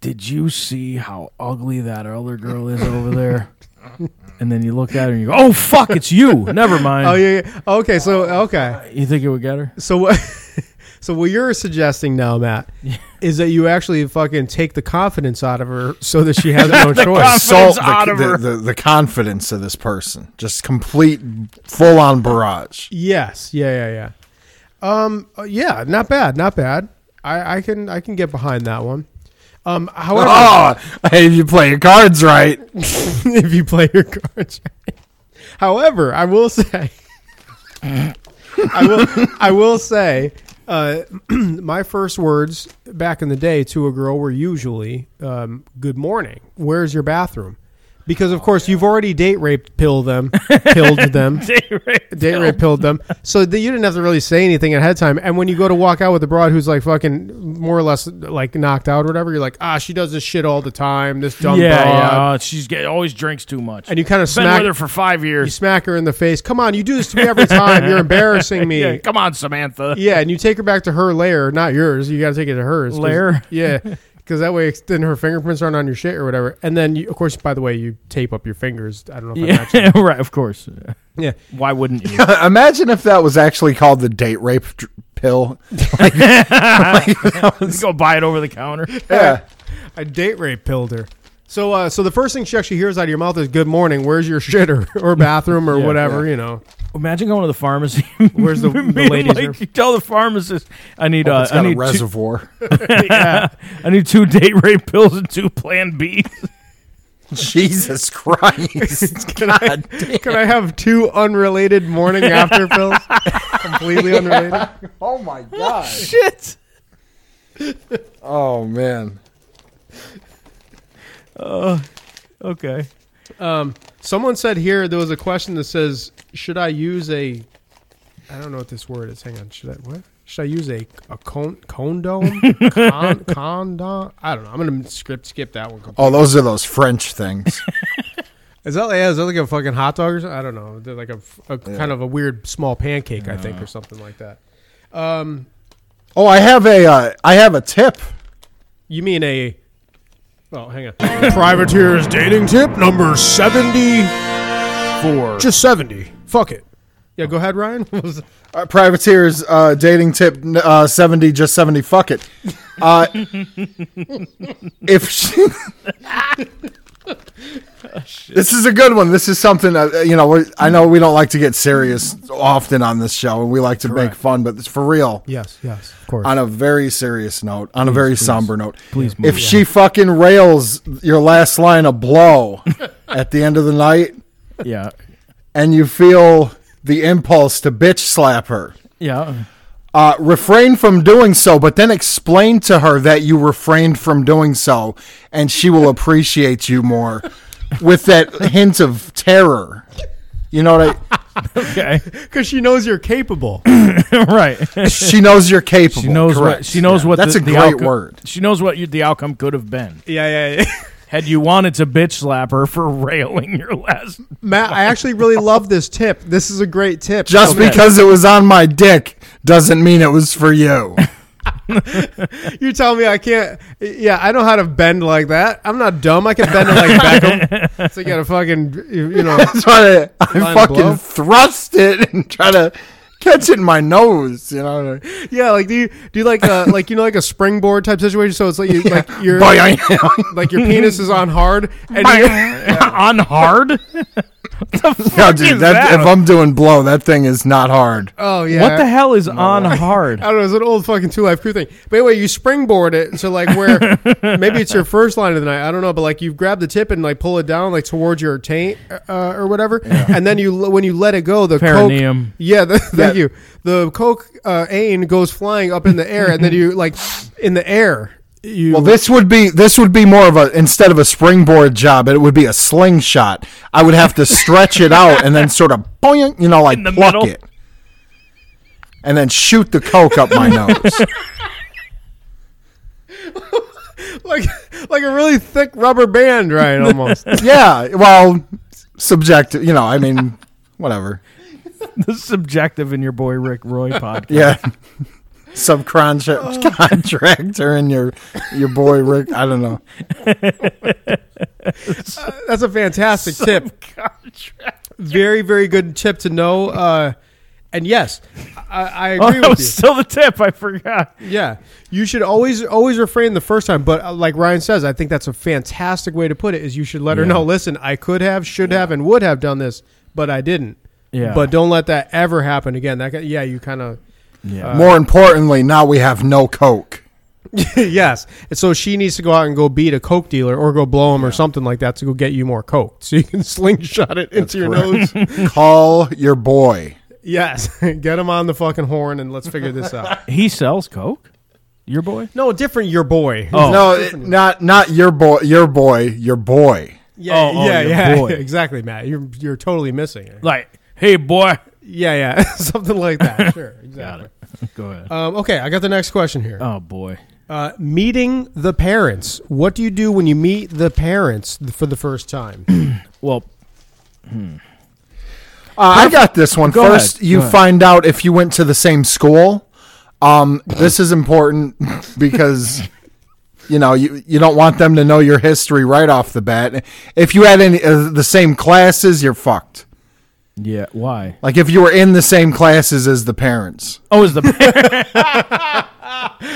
Speaker 2: "Did you see how ugly that other girl is over there?" (laughs) and then you look at her and you go, "Oh fuck, it's you." Never mind.
Speaker 1: Oh, yeah, yeah. Okay. So, okay.
Speaker 2: You think it would get her?
Speaker 1: So what? (laughs) So what you're suggesting now, Matt, is that you actually fucking take the confidence out of her so that she
Speaker 3: (laughs)
Speaker 1: has no choice.
Speaker 3: Assault the,
Speaker 2: out of
Speaker 3: the,
Speaker 2: her.
Speaker 3: The, the confidence of this person. Just complete full on barrage.
Speaker 1: Yes. Yeah. Yeah. Yeah. Um. uh, Yeah. Not bad. Not bad. I, I can I can get behind that one. Um. However,
Speaker 3: (laughs) Oh, hey, if you play your cards right. (laughs)
Speaker 1: (laughs) if you play your cards right. However, I will say, I will I will say Uh, (clears throat) my first words back in the day to a girl were usually um, "Good morning. Where's your bathroom?" Because of course you've already date raped, pill them, killed them, date rape pilled them. So that you didn't have to really say anything ahead of time. And when you go to walk out with a broad who's like fucking more or less like knocked out or whatever, you're like, ah, she does this shit all the time. This dumb
Speaker 2: yeah,
Speaker 1: broad.
Speaker 2: yeah. uh, she's get, always drinks too much.
Speaker 1: And you kind of
Speaker 2: been
Speaker 1: smack,
Speaker 2: with her for five
Speaker 1: you
Speaker 2: years.
Speaker 1: smack her in the face. Come on, you do this to me every time.
Speaker 2: (laughs)
Speaker 1: You're embarrassing me.
Speaker 2: Yeah,
Speaker 1: yeah.
Speaker 2: come on, Samantha.
Speaker 1: and you take her back to her lair, not yours. You got to take it to hers. 'cause-
Speaker 2: Lair? (laughs)
Speaker 1: Yeah. Because that way, it's- then her fingerprints aren't on your shit or whatever. And then, you, of course, by the way, you tape up your fingers. I don't know if I
Speaker 2: (laughs)
Speaker 1: mentioned
Speaker 2: Yeah, right. Of course.
Speaker 1: Yeah.
Speaker 2: Why wouldn't
Speaker 3: (laughs)
Speaker 2: you?
Speaker 3: Imagine if that was actually called the date rape dr- pill.
Speaker 2: Go buy it over the counter.
Speaker 3: Yeah.
Speaker 1: I date rape pilled her. So, uh, so the first thing she actually hears out of your mouth is "Good morning. Where's your shitter (laughs) or bathroom or
Speaker 2: Yeah,
Speaker 1: whatever? You know,
Speaker 2: Imagine going to the pharmacy. (laughs)
Speaker 1: where's the, the
Speaker 2: Being
Speaker 1: ladies?
Speaker 2: (laughs)
Speaker 1: room?
Speaker 2: like, you tell the pharmacist, I need, uh,
Speaker 3: it's
Speaker 2: I,
Speaker 3: got a
Speaker 2: need two,
Speaker 3: reservoir. (laughs)
Speaker 2: I need two (laughs) date rape pills and two Plan B.
Speaker 3: Jesus Christ.
Speaker 1: (laughs)
Speaker 3: God damn.
Speaker 1: Can I have two unrelated morning after
Speaker 2: (laughs)
Speaker 1: pills? Completely unrelated.
Speaker 3: Oh my God.
Speaker 2: Shit.
Speaker 3: Oh man.
Speaker 2: Okay.
Speaker 1: Um, someone said here there was a question that says, "Should I use a? I don't know what this word is. Hang on. Should I what? Should I use a a con, (laughs) condom? Con, condom? I don't know. I'm gonna script skip that one. Completely.
Speaker 3: Oh, those are those French things. (laughs)
Speaker 1: Is that, yeah, is that like a fucking hot dog or something? I don't know. They're like a, a kind of a weird small pancake, I think, or something like that.
Speaker 3: Oh, I have a uh, I have a tip.
Speaker 1: You mean a. Oh, hang on. (laughs) Privateer's dating tip number 74. Just 70. Fuck it. Yeah, go ahead, Ryan. (laughs) What was-
Speaker 3: Uh, privateers uh, dating tip n- uh, 70 just 70 fuck it. Uh, if she- (laughs) This is a good one. This is something uh, you know. we- I know we don't like to get serious often on this show, and we like to make fun, but it's for real.
Speaker 1: yes, yes, of course.
Speaker 3: on a very serious note, on a very somber note.
Speaker 2: Please
Speaker 3: if she fucking rails your last line
Speaker 2: (laughs)
Speaker 3: of blow at the end of the night,
Speaker 2: Yeah.
Speaker 3: and you feel the impulse to bitch slap her,
Speaker 2: Yeah.
Speaker 3: uh, refrain from doing so, but then explain to her that you refrained from doing so, and she will appreciate
Speaker 2: (laughs)
Speaker 3: you more with that hint of terror. You know what I?
Speaker 2: Okay.
Speaker 1: Because she knows you're capable.
Speaker 2: (laughs) right. (laughs)
Speaker 3: She knows you're capable.
Speaker 2: She knows
Speaker 3: correct.
Speaker 2: what she knows what
Speaker 3: That's
Speaker 2: the,
Speaker 3: a
Speaker 2: the
Speaker 3: great
Speaker 2: outco-
Speaker 3: word.
Speaker 2: She knows what you, the outcome could have been
Speaker 1: (clears throat) yeah, yeah, yeah.
Speaker 2: had you wanted to bitch slap her for (laughs) railing your last.
Speaker 1: (laughs) Matt, I actually really love this tip. This is a great tip.
Speaker 3: Just
Speaker 1: Okay.
Speaker 3: because it was on my dick doesn't mean it was for you.
Speaker 2: (laughs)
Speaker 1: You're telling me I can't. Yeah, I know how to bend like that. I'm not dumb. I can bend it
Speaker 2: (laughs)
Speaker 1: like Beckham. so you got to fucking, you you know.
Speaker 3: try to I
Speaker 1: Line
Speaker 3: fucking
Speaker 1: blow?
Speaker 3: thrust it and try to catch it in my nose, you know. (laughs)
Speaker 1: Yeah, like do you do you like uh like you know like a springboard type situation? So it's like you like your
Speaker 3: Boy, I
Speaker 1: like your penis is on hard
Speaker 2: (laughs)
Speaker 1: and you-
Speaker 2: on hard. what the fuck
Speaker 3: no,
Speaker 2: is
Speaker 3: dude, that,
Speaker 2: that? Uh,
Speaker 3: if I'm doing blow, that thing is not hard.
Speaker 1: oh yeah.
Speaker 2: what the hell is on hard?
Speaker 1: I don't know. It's an old fucking two life crew thing. But anyway, you springboard it to like
Speaker 2: (laughs)
Speaker 1: where maybe it's your first line of the night. I don't know, but like you grab the tip and like pull it down like towards your taint uh, or whatever, and then you when you let it go, the
Speaker 2: Perineum.
Speaker 1: coke. Yeah, the, (laughs) thank
Speaker 3: Yeah.
Speaker 1: you. The coke uh, ain goes flying up in the air, and then you like in the air. You (laughs)
Speaker 3: Well, this would be this would be more of a instead of a springboard job, it would be a slingshot. I would have to stretch it out and then sort of boing, you know, like
Speaker 2: the
Speaker 3: pluck
Speaker 2: middle.
Speaker 3: it, and then shoot the coke up
Speaker 2: (laughs)
Speaker 3: my nose.
Speaker 1: like like a really thick rubber band, right?
Speaker 2: (laughs)
Speaker 1: Almost.
Speaker 3: yeah, well, subjective, you know. I mean, whatever.
Speaker 2: (laughs) This is subjective in your boy Rick (laughs) Roy podcast.
Speaker 3: Yeah. (laughs) Subcontract contractor and your your boy Rick. I don't know.
Speaker 1: That's a fantastic tip. Very very good tip to know. Uh, and yes, I, I
Speaker 2: Oh,
Speaker 1: agree
Speaker 2: (laughs) that
Speaker 1: with
Speaker 2: was
Speaker 1: you.
Speaker 2: still the tip. I forgot.
Speaker 1: Yeah, you should always always refrain the first time. But uh, like Ryan says, I think that's a fantastic way to put it. Is you should let her
Speaker 2: Yeah.
Speaker 1: know. Listen, I could have, should have, and would have done this, but I didn't.
Speaker 2: Yeah.
Speaker 1: But don't let that ever happen again. That guy- yeah, you kind of
Speaker 2: Yeah.
Speaker 3: Uh, More importantly, now we have no coke.
Speaker 1: (laughs) yes. And so she needs to go out and go beat a coke dealer or go blow him or something like that to (laughs) go get you more coke, so you can slingshot it into your nose.
Speaker 3: Call your boy.
Speaker 1: Yes, (laughs) get him on the fucking horn and let's figure this out.
Speaker 2: He sells coke. Your boy.
Speaker 1: (laughs) No, different your boy.
Speaker 2: Oh.
Speaker 3: No, it, not not your boy, your boy, your boy.
Speaker 1: Yeah,
Speaker 2: Oh, oh,
Speaker 1: yeah,
Speaker 2: your
Speaker 1: yeah, (laughs)
Speaker 2: boy.
Speaker 1: exactly, Matt. You're you're totally missing it.
Speaker 2: Like, hey boy.
Speaker 1: Yeah, yeah, (laughs) something like that. (laughs) Sure, exactly.
Speaker 2: (laughs) Go ahead.
Speaker 1: Um, okay, I got the next question here.
Speaker 2: oh boy.
Speaker 1: Uh, meeting the parents. What do you do when you meet the parents th- for the first time?
Speaker 2: Well,
Speaker 3: Uh, I got this one
Speaker 2: Go
Speaker 3: first.
Speaker 2: ahead, go
Speaker 3: you
Speaker 2: ahead.
Speaker 3: find out if you went to the same school. Um, this is important (laughs) because you know you you don't want them to know your history right off the bat. If you had any uh, the same classes, you're fucked.
Speaker 2: yeah. Why?
Speaker 3: Like if you were in the same classes as the parents.
Speaker 2: Oh, is the
Speaker 1: (laughs)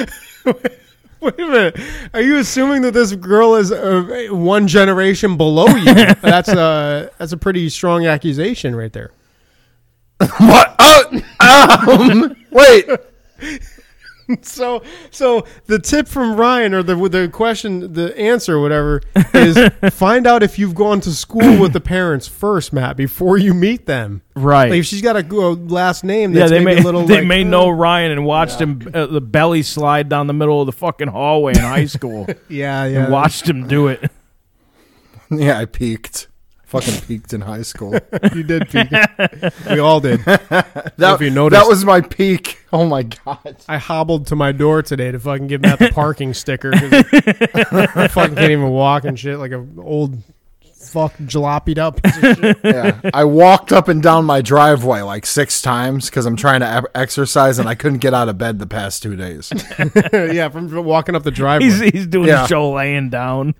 Speaker 1: Wait a minute. Are you assuming that this girl is uh, one generation below you? (laughs) that's (laughs) a that's a pretty strong accusation right there.
Speaker 3: What? Oh, um, wait.
Speaker 1: So so the tip from Ryan or the the question the answer (laughs) whatever is find out if you've gone to school with the parents first, Matt, before you meet them.
Speaker 2: right?
Speaker 1: Like if she's got a, go- last name,
Speaker 2: yeah,
Speaker 1: that's
Speaker 2: they
Speaker 1: maybe
Speaker 2: may
Speaker 1: a little
Speaker 2: (laughs) they
Speaker 1: like,
Speaker 2: may
Speaker 1: uh,
Speaker 2: know Ryan and watched him uh, the belly slide down the middle of the fucking hallway in
Speaker 1: (laughs)
Speaker 2: high school
Speaker 1: (laughs) Yeah, yeah.
Speaker 2: and watched him do it.
Speaker 3: (laughs)
Speaker 1: (laughs)
Speaker 3: Yeah, I peaked. Fucking peaked in
Speaker 1: (laughs)
Speaker 3: high school.
Speaker 1: You did,
Speaker 2: (laughs)
Speaker 1: Pete. we all did.
Speaker 3: That,
Speaker 1: If you noticed-
Speaker 3: that was my peak. Oh
Speaker 1: (laughs)
Speaker 3: my god.
Speaker 1: I hobbled to my door today to fucking give Matt
Speaker 2: (laughs)
Speaker 1: the parking sticker. 'cause I (laughs) fucking can't even walk and shit like an old fuck jalopied
Speaker 2: (laughs)
Speaker 1: up. (laughs) piece of shit.
Speaker 3: Yeah. I walked up and down my driveway like six times because I'm trying to e- exercise and I couldn't get out of bed the past two days.
Speaker 1: yeah, from from walking up the driveway.
Speaker 2: He's he's doing
Speaker 3: Yeah.
Speaker 2: the show laying down.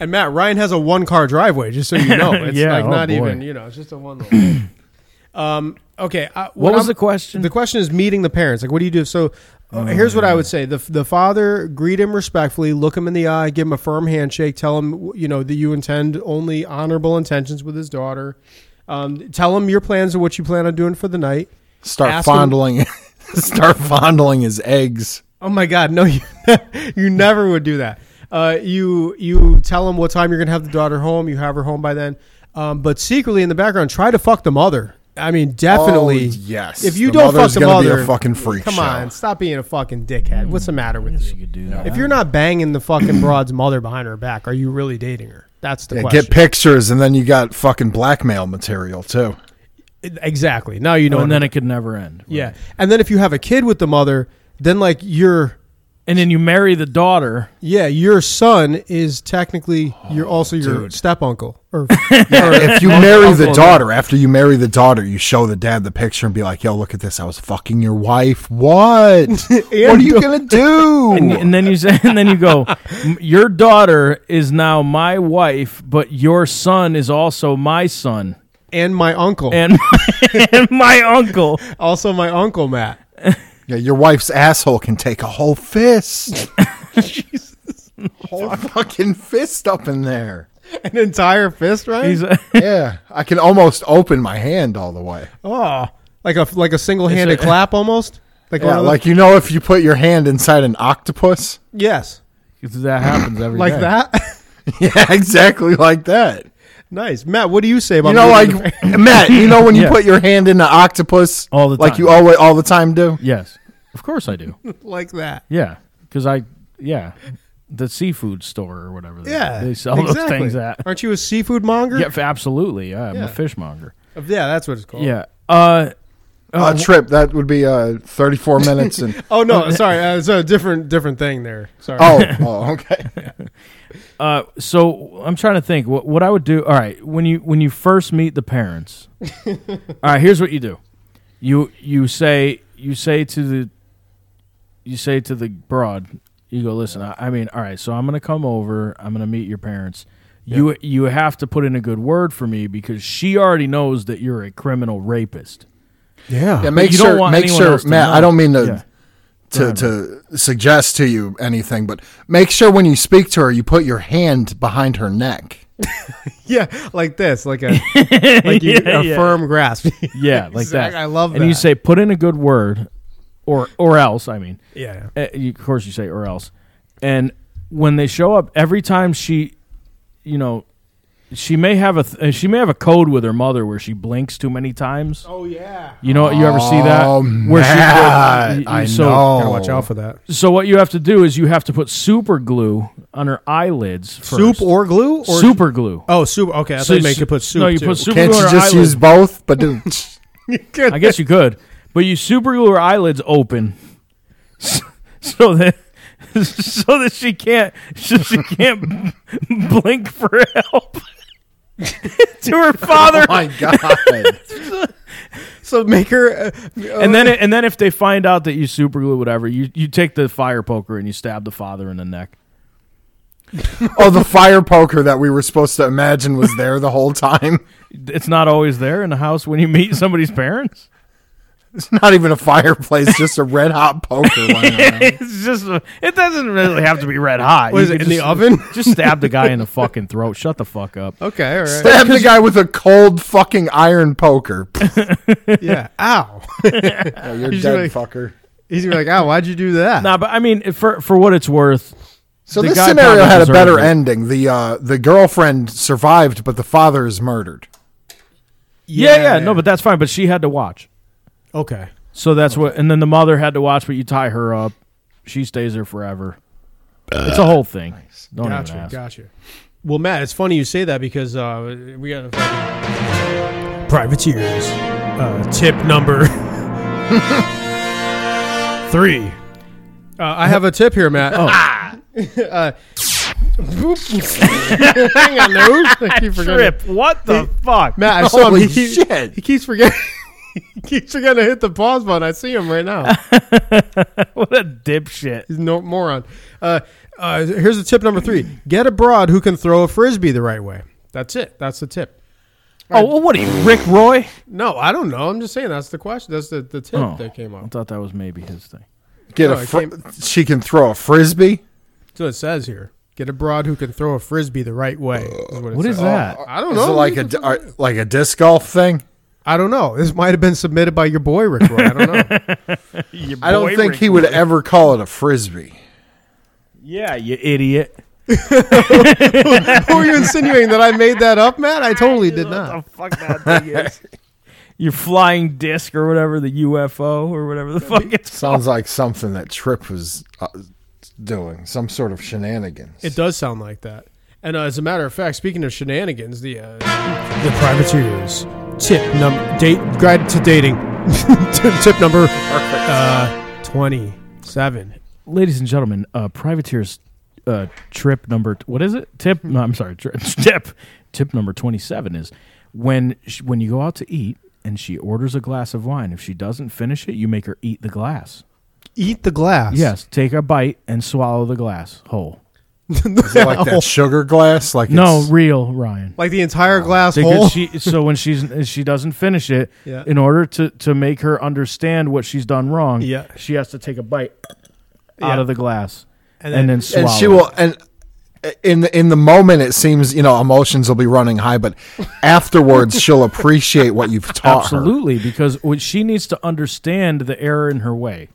Speaker 1: And Matt Ryan has a one car driveway, just so
Speaker 2: (laughs)
Speaker 1: you know. It's
Speaker 2: Yeah,
Speaker 1: like
Speaker 2: oh
Speaker 1: not
Speaker 2: boy.
Speaker 1: even, you know, it's just a one. little- (clears throat) um. Okay. Uh,
Speaker 2: What was
Speaker 1: I'm-
Speaker 2: the question?
Speaker 1: The question is meeting the parents. Like, what do you do? So, uh, here's what I would say: the the father greet him respectfully, look him in the eye, give him a firm handshake, tell him you know that you intend only honorable intentions with his daughter. Um, tell him your plans and what you plan on doing for the night.
Speaker 3: Start
Speaker 1: Ask him-
Speaker 3: fondling (laughs) start fondling his eggs.
Speaker 1: Oh my God, no, (laughs) you you never would do that. Uh, you you tell him what time you're gonna have the daughter home. You have her home by then, um, but secretly in the background, try to fuck the mother. I mean, definitely.
Speaker 3: Oh, yes.
Speaker 1: If you
Speaker 3: The
Speaker 1: don't fuck
Speaker 3: mother's
Speaker 1: the
Speaker 3: gonna be a
Speaker 1: mother,
Speaker 3: fucking freak
Speaker 1: Come
Speaker 3: show.
Speaker 1: on, stop being a fucking dickhead. What's the matter with you?
Speaker 2: could do that.
Speaker 1: If you're not banging the fucking broad's mother behind her back, are you really dating her? That's the
Speaker 3: Yeah,
Speaker 1: question.
Speaker 3: get pictures and then you got fucking blackmail material too.
Speaker 1: exactly. Now you know.
Speaker 2: Oh, and
Speaker 1: what
Speaker 2: then
Speaker 1: I-
Speaker 2: it could never end.
Speaker 1: yeah, and then if you have a kid with the mother, then like your
Speaker 2: And then you marry the daughter.
Speaker 1: yeah your son is technically
Speaker 2: Oh,
Speaker 1: you're also your step uncle
Speaker 2: (laughs)
Speaker 1: or
Speaker 3: If you marry the
Speaker 2: uncle-
Speaker 3: daughter, after you marry the daughter, you show the dad the picture and be like, "Yo, look at this! I was fucking your wife.
Speaker 2: (laughs)
Speaker 3: What? what are you gonna do?"
Speaker 2: And, and then you say, (laughs) and then you go, "M- your daughter is now my wife, but your son is also my son
Speaker 1: and my uncle
Speaker 2: and (laughs) and my uncle.
Speaker 1: also my uncle Matt.
Speaker 3: Yeah, your wife's asshole can take a
Speaker 2: (laughs)
Speaker 3: whole fist. Whole fucking fist up in there.
Speaker 1: An entire fist, right?
Speaker 2: He's (laughs)
Speaker 3: Yeah, I can almost open my hand all the way.
Speaker 1: oh, like a like a single handed clap almost. Like one
Speaker 3: Yeah,
Speaker 1: of those-
Speaker 3: like you know, if you put your hand inside an octopus. (laughs)
Speaker 1: yes,
Speaker 2: that happens every
Speaker 1: like
Speaker 2: day.
Speaker 1: that. (laughs)
Speaker 3: Yeah, exactly like that.
Speaker 1: nice, Matt. What do you say about
Speaker 3: You know,
Speaker 1: meeting the
Speaker 3: like Matt. You know when
Speaker 2: (laughs)
Speaker 3: you
Speaker 2: Yeah.
Speaker 3: put your hand in an octopus
Speaker 2: All the
Speaker 3: like
Speaker 2: time.
Speaker 3: you always all the time do.
Speaker 2: Yes, of course I do.
Speaker 1: (laughs) like that.
Speaker 2: Yeah, because I yeah, the seafood store or whatever. They,
Speaker 1: Yeah,
Speaker 2: they sell those
Speaker 1: exactly.
Speaker 2: things at.
Speaker 1: Aren't you a seafood monger?
Speaker 2: Yeah, absolutely. Yeah, I'm
Speaker 1: Yeah.
Speaker 2: a fishmonger.
Speaker 1: Yeah, that's what it's called.
Speaker 2: Yeah. Uh,
Speaker 3: Uh, trip that would be uh, (laughs) thirty-four minutes and
Speaker 1: Oh
Speaker 2: (laughs)
Speaker 1: no, sorry, uh, it's a different different thing there. Sorry.
Speaker 3: (laughs) oh, oh okay.
Speaker 2: Uh, so I'm trying to think what what I would do. All right, when you when you first meet the
Speaker 1: (laughs)
Speaker 2: parents, all right, here's what you do. You you say you say to the you say to the broad, you go, listen. I, I mean, all right, so I'm gonna come over. I'm gonna meet your parents. You you have to put in a good word for me because she already knows that you're a criminal rapist.
Speaker 3: Yeah, make
Speaker 2: you don't
Speaker 3: sure,
Speaker 2: want
Speaker 3: make
Speaker 2: anyone
Speaker 3: sure,
Speaker 2: else to
Speaker 3: Matt.
Speaker 2: know.
Speaker 3: I don't mean to
Speaker 2: Yeah.
Speaker 3: to, to suggest to you anything, but make sure when you speak to her, you put your hand behind her neck.
Speaker 1: (laughs) Yeah, like this,
Speaker 2: (laughs)
Speaker 1: like a like you,
Speaker 2: Yeah,
Speaker 1: a
Speaker 2: yeah.
Speaker 1: firm
Speaker 2: (laughs)
Speaker 1: grasp.
Speaker 2: Yeah, like
Speaker 1: Exact-
Speaker 2: that.
Speaker 1: I love
Speaker 2: And you
Speaker 1: that.
Speaker 2: say put in a good word, or or else. I mean,
Speaker 1: yeah.
Speaker 2: Uh, you, of course you say or else and when they show up every time she you know she may have a th- eh, she may have a code with her mother where she blinks too many times.
Speaker 1: Oh yeah.
Speaker 2: You know, you ever see that?
Speaker 3: Oh,
Speaker 2: she-
Speaker 3: Matt,
Speaker 2: you- you-
Speaker 3: (laughs) I
Speaker 2: so,
Speaker 3: know.
Speaker 1: Gotta watch out for that.
Speaker 2: So what you have to do is you have to put super glue on her eyelids. First.
Speaker 1: Soup or glue? Or
Speaker 2: super glue.
Speaker 1: Oh, soup. Okay, I
Speaker 2: So
Speaker 1: thought you meant
Speaker 2: s-
Speaker 1: you could put soup.
Speaker 2: No, you
Speaker 1: too.
Speaker 2: put
Speaker 1: (laughs)
Speaker 2: super
Speaker 3: Can't
Speaker 2: glue
Speaker 3: you
Speaker 2: on her
Speaker 3: just
Speaker 2: eyelids.
Speaker 3: use both? But
Speaker 2: (laughs)
Speaker 3: do
Speaker 2: I guess you could, but you super glue her eyelids open, (laughs) so that (laughs) so that she can't so she can't (laughs) blink for help (laughs) to her father.
Speaker 3: my god.
Speaker 1: So make her. Uh,
Speaker 2: and then and then if they find out that you super glue whatever, you you take the fire poker and you stab the father in the neck.
Speaker 3: oh, the fire poker that we were supposed to imagine was there the whole time. (laughs)
Speaker 2: It's not always there in the house when you meet somebody's parents. (laughs)
Speaker 3: It's not even a fireplace, just a red hot poker.
Speaker 2: (laughs)
Speaker 3: lying around.
Speaker 2: It's just it doesn't really have to be red hot.
Speaker 1: What
Speaker 2: You
Speaker 1: is it,
Speaker 2: could
Speaker 1: in the
Speaker 2: just-
Speaker 1: oven? Oh.
Speaker 2: Just stab the guy in the fucking throat. Shut the fuck up.
Speaker 1: okay, all right.
Speaker 3: Stab the guy with a cold fucking iron
Speaker 2: (laughs)
Speaker 3: poker.
Speaker 1: yeah. Ow. (laughs)
Speaker 3: Oh, you're
Speaker 1: He's
Speaker 3: dead,
Speaker 1: like-
Speaker 3: fucker.
Speaker 1: He's gonna be like, ow, why'd you do that?
Speaker 2: Nah, but I mean, if- for for what it's worth,
Speaker 3: So
Speaker 2: The
Speaker 3: this
Speaker 2: guy
Speaker 3: scenario
Speaker 2: probably
Speaker 3: had a
Speaker 2: deserved
Speaker 3: better
Speaker 2: it.
Speaker 3: ending. The uh, the girlfriend survived, but the father is murdered.
Speaker 2: yeah, yeah, no, but that's fine. But she had to watch,
Speaker 1: okay.
Speaker 2: so that's what. And then the mother had to watch, but you tie her up. She stays there forever. it's a whole thing. Don't even
Speaker 1: Gotcha.
Speaker 2: ask.
Speaker 1: Gotcha. Well, Matt, it's funny you say that because uh, we got a fucking privateers uh, tip number (laughs) three. Uh, I have a tip here, Matt. Oh. (laughs) uh, boop. Hang on, no. I keep forgetting.
Speaker 2: Trip. What the (laughs) fuck?
Speaker 1: Matt, I saw him.
Speaker 3: Holy
Speaker 1: He, keeps-
Speaker 3: shit.
Speaker 1: he keeps forgetting. (laughs) he keeps forgetting to hit the pause button. I see him right now.
Speaker 2: What a dipshit.
Speaker 1: He's no moron. Uh, uh, here's the tip number three: get a broad who can throw a frisbee the right way. That's it. That's the tip.
Speaker 2: Oh, well, what are you, Rick Roy?
Speaker 1: No, I don't know. I'm just saying that's the question. That's the, the tip
Speaker 2: Oh.
Speaker 1: that came
Speaker 2: I
Speaker 1: up.
Speaker 2: thought that was maybe his thing.
Speaker 3: Get
Speaker 1: No,
Speaker 3: a
Speaker 1: it
Speaker 3: fr-
Speaker 1: came-
Speaker 3: she can throw a frisbee.
Speaker 1: So it says here: get a broad who can throw a frisbee the right way. Is what it
Speaker 2: What is
Speaker 1: says.
Speaker 2: that?
Speaker 1: I don't
Speaker 3: Is
Speaker 1: know.
Speaker 3: it like a di- uh, like a disc golf thing?
Speaker 1: I don't know. This might have been submitted by your boy Rick Roy. I don't
Speaker 2: (laughs)
Speaker 1: know.
Speaker 3: I don't think he would ever call it a frisbee.
Speaker 2: Yeah, you idiot.
Speaker 1: Who are you insinuating that I made that up, Matt? I totally did not.
Speaker 2: What the fuck (laughs) that thing is? Your flying disc or whatever, the UFO or whatever the fuck it's
Speaker 3: Sounds like something that Trip was uh, doing, some sort of shenanigans.
Speaker 1: It does sound like that. And uh, as a matter of fact, speaking of shenanigans, the uh, the privateers tip number date guide to dating (laughs) tip, tip number uh, twenty seven.
Speaker 2: ladies and gentlemen, uh, privateers uh, trip number what is it? Tip?
Speaker 1: Hmm.
Speaker 2: No, I'm sorry. Tri- (laughs) tip. Tip number twenty-seven is when sh- when you go out to eat and she orders a glass of wine. If she doesn't finish it, you make her eat the glass.
Speaker 1: Eat the glass.
Speaker 2: Yes, take a bite and swallow the glass whole.
Speaker 3: Is it like that sugar glass? Like
Speaker 2: No,
Speaker 3: it's-
Speaker 2: real Ryan.
Speaker 1: like the entire glass whole.
Speaker 2: Because she, so when she's if she doesn't finish it,
Speaker 1: (laughs) Yeah.
Speaker 2: in order to to make her understand what she's done wrong,
Speaker 1: Yeah.
Speaker 2: she has to take a bite out
Speaker 1: Yeah.
Speaker 2: of the glass and
Speaker 1: then-
Speaker 2: then,
Speaker 1: And
Speaker 2: swallow.
Speaker 3: and she will and in the, in the moment it seems you know emotions will be running high but afterwards she'll appreciate what you've taught her
Speaker 2: Absolutely, because what she needs to understand the error in her way.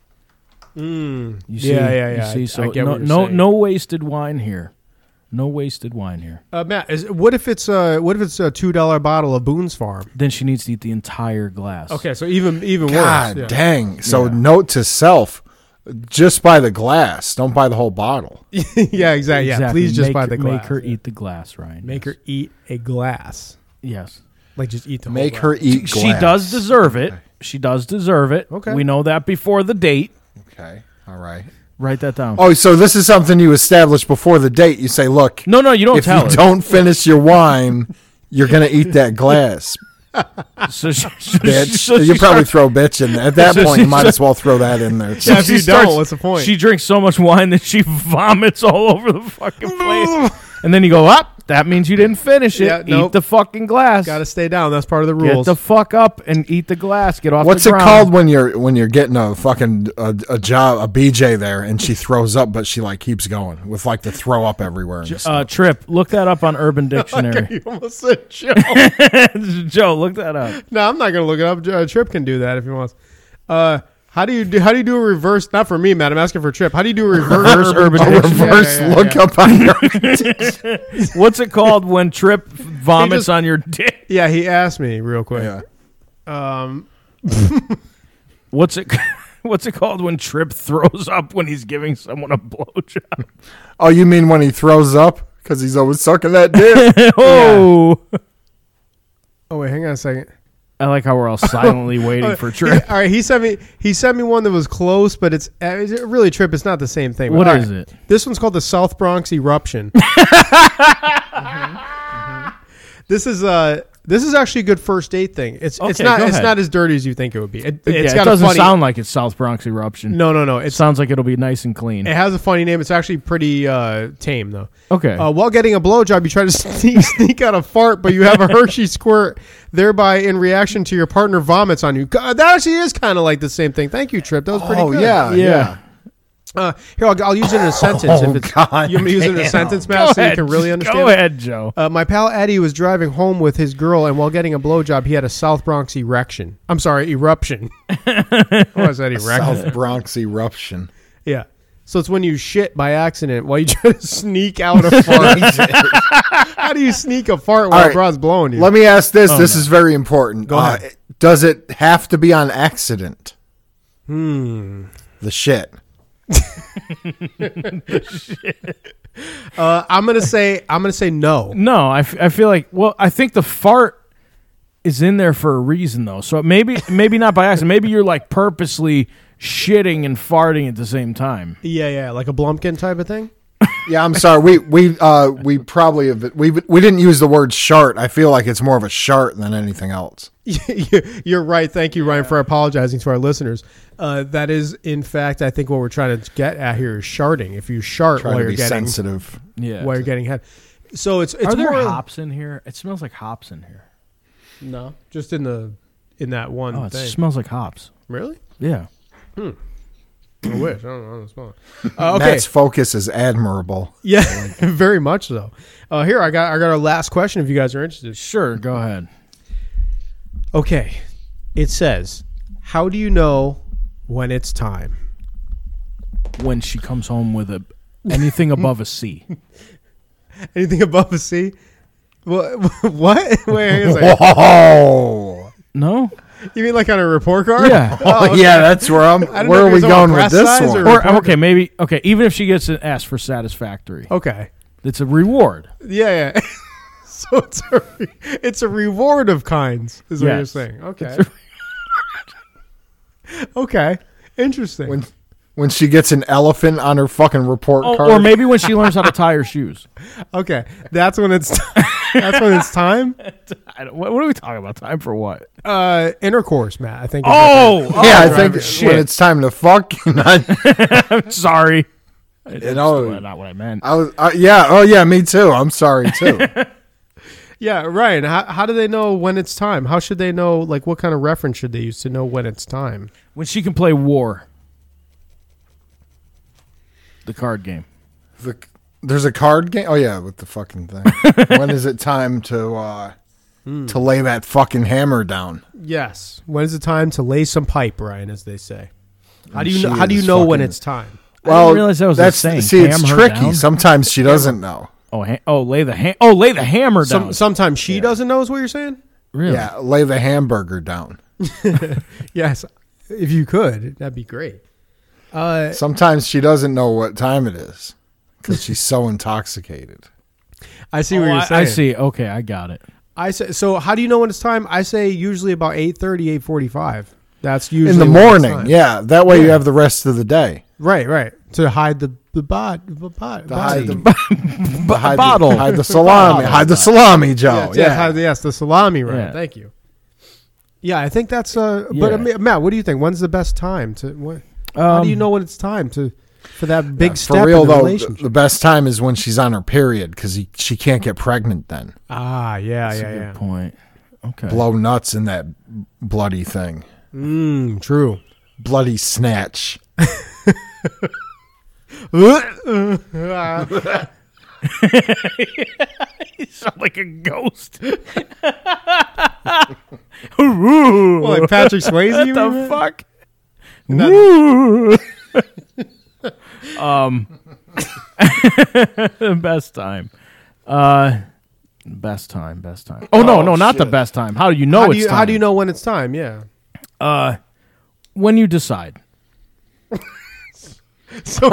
Speaker 2: You see,
Speaker 1: Mm. Yeah, yeah, yeah.
Speaker 2: You
Speaker 1: I-
Speaker 2: see, so
Speaker 1: I get
Speaker 2: no,
Speaker 1: what you're
Speaker 2: no,
Speaker 1: saying.
Speaker 2: no wasted wine here. No wasted wine here.
Speaker 1: uh, Matt, is, what if it's a what if it's a two dollar bottle of Boone's Farm?
Speaker 2: Then she needs to eat the entire glass.
Speaker 1: Okay, so even even
Speaker 3: god
Speaker 1: worse. yeah.
Speaker 3: dang so note to self just buy the glass don't buy the whole bottle
Speaker 1: (laughs) yeah, exactly. Yeah,
Speaker 2: Exactly.
Speaker 1: please just
Speaker 2: Make-
Speaker 1: buy the glass.
Speaker 2: Make her
Speaker 1: Yeah.
Speaker 2: eat the glass, Ryan.
Speaker 1: Make
Speaker 2: Yes.
Speaker 1: her eat a glass.
Speaker 2: Yes.
Speaker 1: Like just eat the whole
Speaker 3: make
Speaker 1: glass.
Speaker 3: her eat glass.
Speaker 2: She does deserve it. She does deserve it.
Speaker 1: Okay.
Speaker 2: We know that before the date.
Speaker 3: okay all right
Speaker 2: Write that down.
Speaker 3: oh so this is something you establish before the date you say look
Speaker 2: no, no, you don't
Speaker 3: if you
Speaker 2: tell her.
Speaker 3: don't finish your wine you're gonna eat that glass
Speaker 1: (laughs)
Speaker 2: So she, so (laughs) she-
Speaker 3: bitch
Speaker 2: so
Speaker 3: you
Speaker 2: she
Speaker 3: probably
Speaker 2: starts-
Speaker 3: throw bitch in there at that
Speaker 2: So
Speaker 3: point you
Speaker 2: (laughs) she
Speaker 3: might as well throw that in there too.
Speaker 1: Yeah, if
Speaker 2: she
Speaker 1: you don't, what's the point?
Speaker 2: She drinks so much wine that she (laughs) vomits all over the fucking (laughs) place. and then you go up. That means you didn't finish it.
Speaker 1: Yeah, nope.
Speaker 2: Eat the fucking glass.
Speaker 1: Got to stay down. That's part of the
Speaker 2: Get
Speaker 1: rules. (laughs)
Speaker 2: the fuck up and eat the glass. Get off.
Speaker 3: What's
Speaker 2: the
Speaker 3: it
Speaker 2: ground.
Speaker 3: called when you're when you're getting a fucking a, a job a BJ there and she throws up but she like keeps going with like the throw up everywhere. And stuff.
Speaker 2: Uh, trip. Look that up on Urban (laughs) Dictionary.
Speaker 1: you almost said (laughs) Joe.
Speaker 2: (laughs) Joe, look that up.
Speaker 1: no, I'm not gonna look it up. Uh, Trip can do that if he wants. Uh, how do you do? How do you do a reverse? Not for me, Matt. I'm asking for Trip. How do you do a reverse?
Speaker 2: Urban (laughs)
Speaker 3: a
Speaker 2: Dictionary.
Speaker 1: (laughs)
Speaker 3: reverse
Speaker 1: yeah, yeah, yeah,
Speaker 3: look up on your
Speaker 2: (laughs) What's it called when Trip vomits
Speaker 1: just-
Speaker 2: on your dick.
Speaker 1: Yeah, he asked me real quick.
Speaker 3: Yeah.
Speaker 1: Um,
Speaker 2: What's it? (laughs) What's it called when Trip throws up when he's giving someone a blowjob?
Speaker 3: (laughs)
Speaker 2: (laughs)
Speaker 3: Oh, you mean when he throws up? Because he's always sucking
Speaker 1: (laughs)
Speaker 3: that dick.
Speaker 2: oh,
Speaker 1: oh wait, hang on a second.
Speaker 2: I like how we're all silently (laughs) waiting for
Speaker 1: He-
Speaker 2: Trip.
Speaker 1: all right, he sent me he sent me one that was close, but it's uh, is it really trip. It's not the same thing.
Speaker 2: What
Speaker 1: All
Speaker 2: is it?
Speaker 1: This one's called the South Bronx
Speaker 2: (laughs)
Speaker 1: eruption. Mm-hmm. This is uh this is actually a good first date thing. It's it's
Speaker 2: Okay,
Speaker 1: not
Speaker 2: go
Speaker 1: it's
Speaker 2: ahead.
Speaker 1: not as dirty as you think it would be. It, it,
Speaker 2: Yeah,
Speaker 1: has
Speaker 2: it
Speaker 1: got
Speaker 2: doesn't
Speaker 1: a funny,
Speaker 2: sound like it's South Bronx eruption.
Speaker 1: No, Eh, no, no.
Speaker 2: It
Speaker 1: It's
Speaker 2: sounds like it'll be nice and clean.
Speaker 1: it has a funny name. It's actually pretty uh, tame though.
Speaker 2: (laughs) Okay.
Speaker 1: Uh, while getting a blowjob, you try to (laughs) sneak, sneak out a fart, but you have a Hershey squirt, thereby in reaction to your partner vomits on you. God, that actually is kind of like the same thing. Thank you, Trip. That was pretty
Speaker 3: oh
Speaker 1: good.
Speaker 3: yeah, yeah.
Speaker 1: Uh, here, I'll, I'll use it in a sentence. if it's,
Speaker 3: God
Speaker 1: You want me to use it in a
Speaker 3: damn.
Speaker 1: sentence,
Speaker 2: Go
Speaker 1: Matt, so
Speaker 2: ahead,
Speaker 1: you can really
Speaker 2: just
Speaker 1: understand?
Speaker 2: Go ahead, Joe.
Speaker 1: Uh, my pal Eddie was driving home with his girl, and while getting a blowjob, he had a South Bronx erection. I'm sorry, eruption. (laughs) what was
Speaker 3: (laughs)
Speaker 1: that, erection?
Speaker 3: South Bronx eruption.
Speaker 1: Yeah. So it's when you shit by accident while you (laughs) try to sneak out a
Speaker 3: (laughs)
Speaker 1: fart. How do you sneak a fart while
Speaker 3: All right.
Speaker 1: a broad's blowing you?
Speaker 3: Let me ask this. this is very important. Go
Speaker 1: Oh, ahead.
Speaker 3: does it have to be on accident? Hmm. The shit.
Speaker 1: uh, I'm gonna say I'm gonna say no.
Speaker 2: No, I, f- I feel like well, I think the fart is in there for a reason though. So maybe maybe not by accident. Maybe you're like purposely shitting and farting at the same time.
Speaker 1: Yeah, yeah, like a Blumpkin type of thing.
Speaker 3: Yeah, I'm sorry. We we uh we probably have we we didn't use the word shart. I feel like it's more of a shart than anything else.
Speaker 1: (laughs) You're right. Thank you, Ryan, for apologizing to our listeners. Uh, that is, in fact, I think what we're trying to get at here is sharding. If you shart
Speaker 3: Trying
Speaker 1: while
Speaker 3: to
Speaker 1: you're
Speaker 3: be
Speaker 1: getting
Speaker 3: sensitive.
Speaker 2: Yeah.
Speaker 1: while you're getting head, so it's it's
Speaker 2: Are there
Speaker 1: more
Speaker 2: hops in here? It smells like hops in here.
Speaker 1: no, just in the in that one
Speaker 2: Oh, it
Speaker 1: thing.
Speaker 2: smells like hops.
Speaker 1: really?
Speaker 2: Yeah.
Speaker 1: I wish. I don't know. I don't
Speaker 3: (laughs)
Speaker 1: smell it. Uh, okay.
Speaker 3: Matt's focus
Speaker 1: (laughs)
Speaker 3: is admirable.
Speaker 1: Yeah, very much so. Uh, here, I got I got our last question. If you guys are interested,
Speaker 2: Sure, go ahead.
Speaker 1: okay. It says, "How do you know when it's time?" (laughs)
Speaker 2: When she comes home with a anything above a C.
Speaker 1: Anything above a C? What? (laughs) what? Wait, hang on a second.
Speaker 3: Oh,
Speaker 2: No?
Speaker 1: you mean like on a report card?
Speaker 2: Yeah.
Speaker 1: (laughs) Oh, okay.
Speaker 3: (laughs) yeah, that's where I'm.
Speaker 1: didn't
Speaker 3: Where
Speaker 1: know
Speaker 3: are
Speaker 1: if
Speaker 3: we
Speaker 1: it was all
Speaker 3: going with
Speaker 1: breast
Speaker 3: this
Speaker 1: size
Speaker 3: one?
Speaker 1: or-
Speaker 2: Or okay, maybe okay, even if she gets an S for satisfactory.
Speaker 1: (laughs) Okay.
Speaker 2: It's a reward.
Speaker 1: Yeah. (laughs) Yeah. so it's a re- it's a reward of kinds, is what you're
Speaker 2: Yes.
Speaker 1: saying. Okay. (laughs) okay. Interesting.
Speaker 3: when when she gets an elephant on her fucking report
Speaker 2: Oh,
Speaker 3: card.
Speaker 2: or maybe when she learns how
Speaker 1: (laughs)
Speaker 2: to tie her shoes.
Speaker 1: okay, that's when it's (laughs) that's when it's time.
Speaker 2: I don't, what, what are we talking about? Time for what?
Speaker 1: Uh, intercourse, Matt. I think. is what
Speaker 2: Oh, (laughs)
Speaker 3: yeah, I
Speaker 2: oh,
Speaker 3: think when
Speaker 2: shit.
Speaker 3: it's time to fuck. (laughs)
Speaker 2: (laughs)
Speaker 3: you know,
Speaker 2: Sorry,
Speaker 3: you know,
Speaker 2: Well, not what I meant.
Speaker 3: oh, I was, uh, yeah, oh yeah, me too. I'm sorry too.
Speaker 2: (laughs)
Speaker 1: Yeah, Ryan. How, how do they know when it's time? How should they know? Like, what kind of reference should they use to know when it's time?
Speaker 2: When she can play War, the card game.
Speaker 3: the, there's a card game. Oh yeah, with the fucking thing.
Speaker 2: (laughs)
Speaker 3: when is it time to uh, to lay that fucking hammer down?
Speaker 1: Yes. When is the time to lay some pipe, Ryan? As they say. How do
Speaker 3: And
Speaker 1: you know,
Speaker 3: she
Speaker 1: how do you
Speaker 3: is
Speaker 1: know when
Speaker 3: fucking-
Speaker 1: it's time?
Speaker 2: I didn't realize that was
Speaker 3: that's
Speaker 2: a saying.
Speaker 3: see, it's
Speaker 2: Ham her
Speaker 3: tricky.
Speaker 2: down?
Speaker 3: Sometimes she doesn't know.
Speaker 2: Oh, ha- oh, lay the ha- oh, lay the hammer down.
Speaker 1: Some, sometimes she doesn't know. Is what you're saying?
Speaker 2: really?
Speaker 3: Yeah, lay the hamburger down.
Speaker 1: Yes. If you could, that'd be great. Uh,
Speaker 3: Sometimes she doesn't know what time it is because she's
Speaker 2: (laughs)
Speaker 3: so intoxicated.
Speaker 1: I see
Speaker 2: Oh,
Speaker 1: what you're
Speaker 2: I,
Speaker 1: saying.
Speaker 2: I see. Okay, I got it.
Speaker 1: I say. So, how do you know when it's time? I say usually about 8.30, 8.45. That's usually
Speaker 3: In the
Speaker 1: when it's
Speaker 3: morning,
Speaker 1: time.
Speaker 3: yeah. That way you have the rest of the day.
Speaker 1: Right. Right. To hide the the bod, the bod,
Speaker 3: To hide the,
Speaker 1: body. (laughs)
Speaker 3: to hide the- (laughs)
Speaker 2: bottle.
Speaker 3: hide
Speaker 2: (laughs)
Speaker 3: the salami, hide the salami, Joe.
Speaker 1: yes, yes,
Speaker 3: Yeah,
Speaker 1: how- yes, the salami round.
Speaker 2: Oh, Yeah.
Speaker 1: Thank you. Yeah, I think that's. Uh, But
Speaker 2: Yeah.
Speaker 1: I mean, Matt, what do you think? When's the best time to? What, how
Speaker 2: Um,
Speaker 1: do you know when it's time to for that big step
Speaker 3: for real
Speaker 1: in the
Speaker 3: though. th-
Speaker 1: relationship?
Speaker 3: The best time is when she's on her period because she can't get pregnant then.
Speaker 1: ah, yeah,
Speaker 2: That's a
Speaker 1: yeah,
Speaker 2: good
Speaker 1: yeah.
Speaker 2: point. Okay.
Speaker 3: Blow nuts in that bloody thing,
Speaker 1: Mm, true.
Speaker 2: (laughs)
Speaker 3: bloody snatch.
Speaker 2: (laughs) You sound like a ghost. (laughs)
Speaker 1: Well, like Patrick Swayze. you mean,
Speaker 2: the
Speaker 1: Matt?
Speaker 2: fuck?
Speaker 1: Not-
Speaker 2: (laughs) um, best time. Uh, Best time, best time. Oh, no,
Speaker 3: Oh,
Speaker 2: no, not the
Speaker 3: shit.
Speaker 2: best time. How do you know
Speaker 1: how do
Speaker 2: Oh, it's
Speaker 1: you
Speaker 2: time?
Speaker 1: how do you know when it's time?
Speaker 2: (laughs)
Speaker 1: Yeah.
Speaker 2: Uh, when you decide.
Speaker 1: So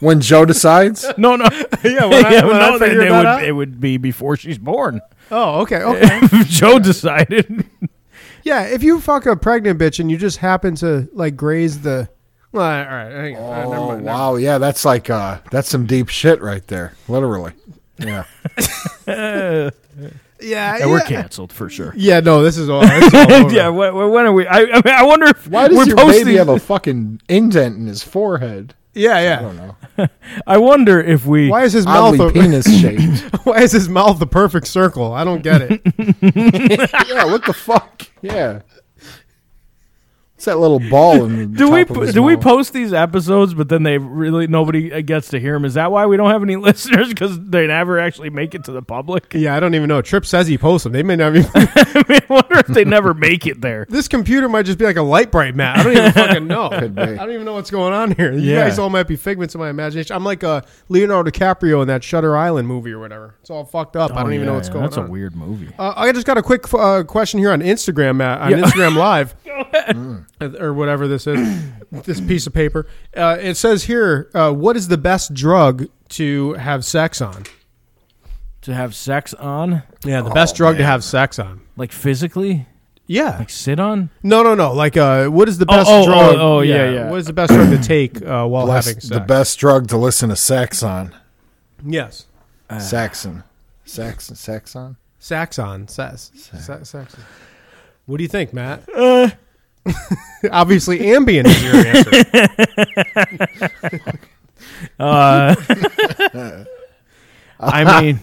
Speaker 3: When
Speaker 1: (laughs)
Speaker 3: Joe decides,
Speaker 1: Oh,
Speaker 2: No, (laughs) no,
Speaker 1: yeah, when I,
Speaker 2: yeah,
Speaker 1: when I
Speaker 2: no, then
Speaker 1: figured
Speaker 2: it
Speaker 1: that
Speaker 2: would
Speaker 1: out-
Speaker 2: it would be before she's born. (laughs)
Speaker 1: oh, okay, okay.
Speaker 2: If Joe decided.
Speaker 1: yeah, if you fuck a pregnant bitch and you just happen to like graze the, well, all right, hang on, uh, never
Speaker 3: oh
Speaker 1: mind, never mind.
Speaker 3: wow, yeah, that's like uh, that's some deep shit right there, literally. Yeah,
Speaker 1: yeah,
Speaker 2: Yeah, we're
Speaker 1: yeah.
Speaker 2: canceled for sure.
Speaker 1: Yeah, no, this is all. This is all over.
Speaker 2: (laughs) yeah, when, when are we? I, I, mean, I wonder if
Speaker 3: why does
Speaker 2: we're
Speaker 3: your
Speaker 2: posting.
Speaker 3: baby have a fucking indent in his forehead?
Speaker 1: yeah,
Speaker 3: I
Speaker 1: yeah.
Speaker 3: don't know.
Speaker 2: I wonder if we.
Speaker 1: Why is his mouth?
Speaker 3: Oddly
Speaker 1: A,
Speaker 3: penis (laughs) shaped.
Speaker 1: (laughs) why is his mouth the perfect circle? I don't get
Speaker 2: (laughs)
Speaker 1: it.
Speaker 3: yeah, what the fuck? Yeah. What's that little ball in the
Speaker 2: do we
Speaker 3: top of
Speaker 2: po-
Speaker 3: his
Speaker 2: do we
Speaker 3: mouth?
Speaker 2: post these episodes, but then they really nobody uh, gets to hear them? Is that why we don't have any (laughs) listeners? Because they never actually make it to the public. (laughs)
Speaker 1: yeah, I don't even know. Trip says he posts them. They may not even.
Speaker 2: I mean, (laughs) I wonder if they never make it there.
Speaker 1: (laughs) this computer might just be like a light bright mat. I don't even fucking know.
Speaker 3: (laughs) Could be.
Speaker 1: I don't even know what's going on here. You
Speaker 2: Yeah.
Speaker 1: guys all might be figments of my imagination. I'm like uh, Leonardo DiCaprio in that Shutter Island movie or whatever. It's all fucked up. I don't even know what's going
Speaker 2: Oh, that's
Speaker 1: on.
Speaker 2: a weird movie.
Speaker 1: Uh, I just got a quick uh, question here on Instagram, Matt, on
Speaker 2: Yeah. (laughs)
Speaker 1: Instagram Live,
Speaker 3: Mm.
Speaker 1: Uh, or whatever this is, (coughs) this piece of paper. Uh, it says here, uh, what is the best drug to have sex on?
Speaker 2: To have sex on,
Speaker 1: Yeah, the best drug to have sex on.
Speaker 2: like physically,
Speaker 1: Yeah.
Speaker 2: like sit on.
Speaker 1: No, no, no. Like, uh, what is the
Speaker 2: Oh,
Speaker 1: best
Speaker 2: oh,
Speaker 1: drug?
Speaker 2: oh, oh, yeah, yeah.
Speaker 1: What is the best drug to take uh, while
Speaker 3: Bless-
Speaker 1: having sex?
Speaker 3: the best drug to listen to sex on?
Speaker 1: Yes.
Speaker 3: Ah. Saxon. Saxon. Saxon.
Speaker 1: Saxon says. Sa- Saxon. What do you think, Matt? Uh. (laughs) Obviously, Ambien is (laughs) your answer.
Speaker 2: Uh,
Speaker 3: (laughs)
Speaker 2: I mean,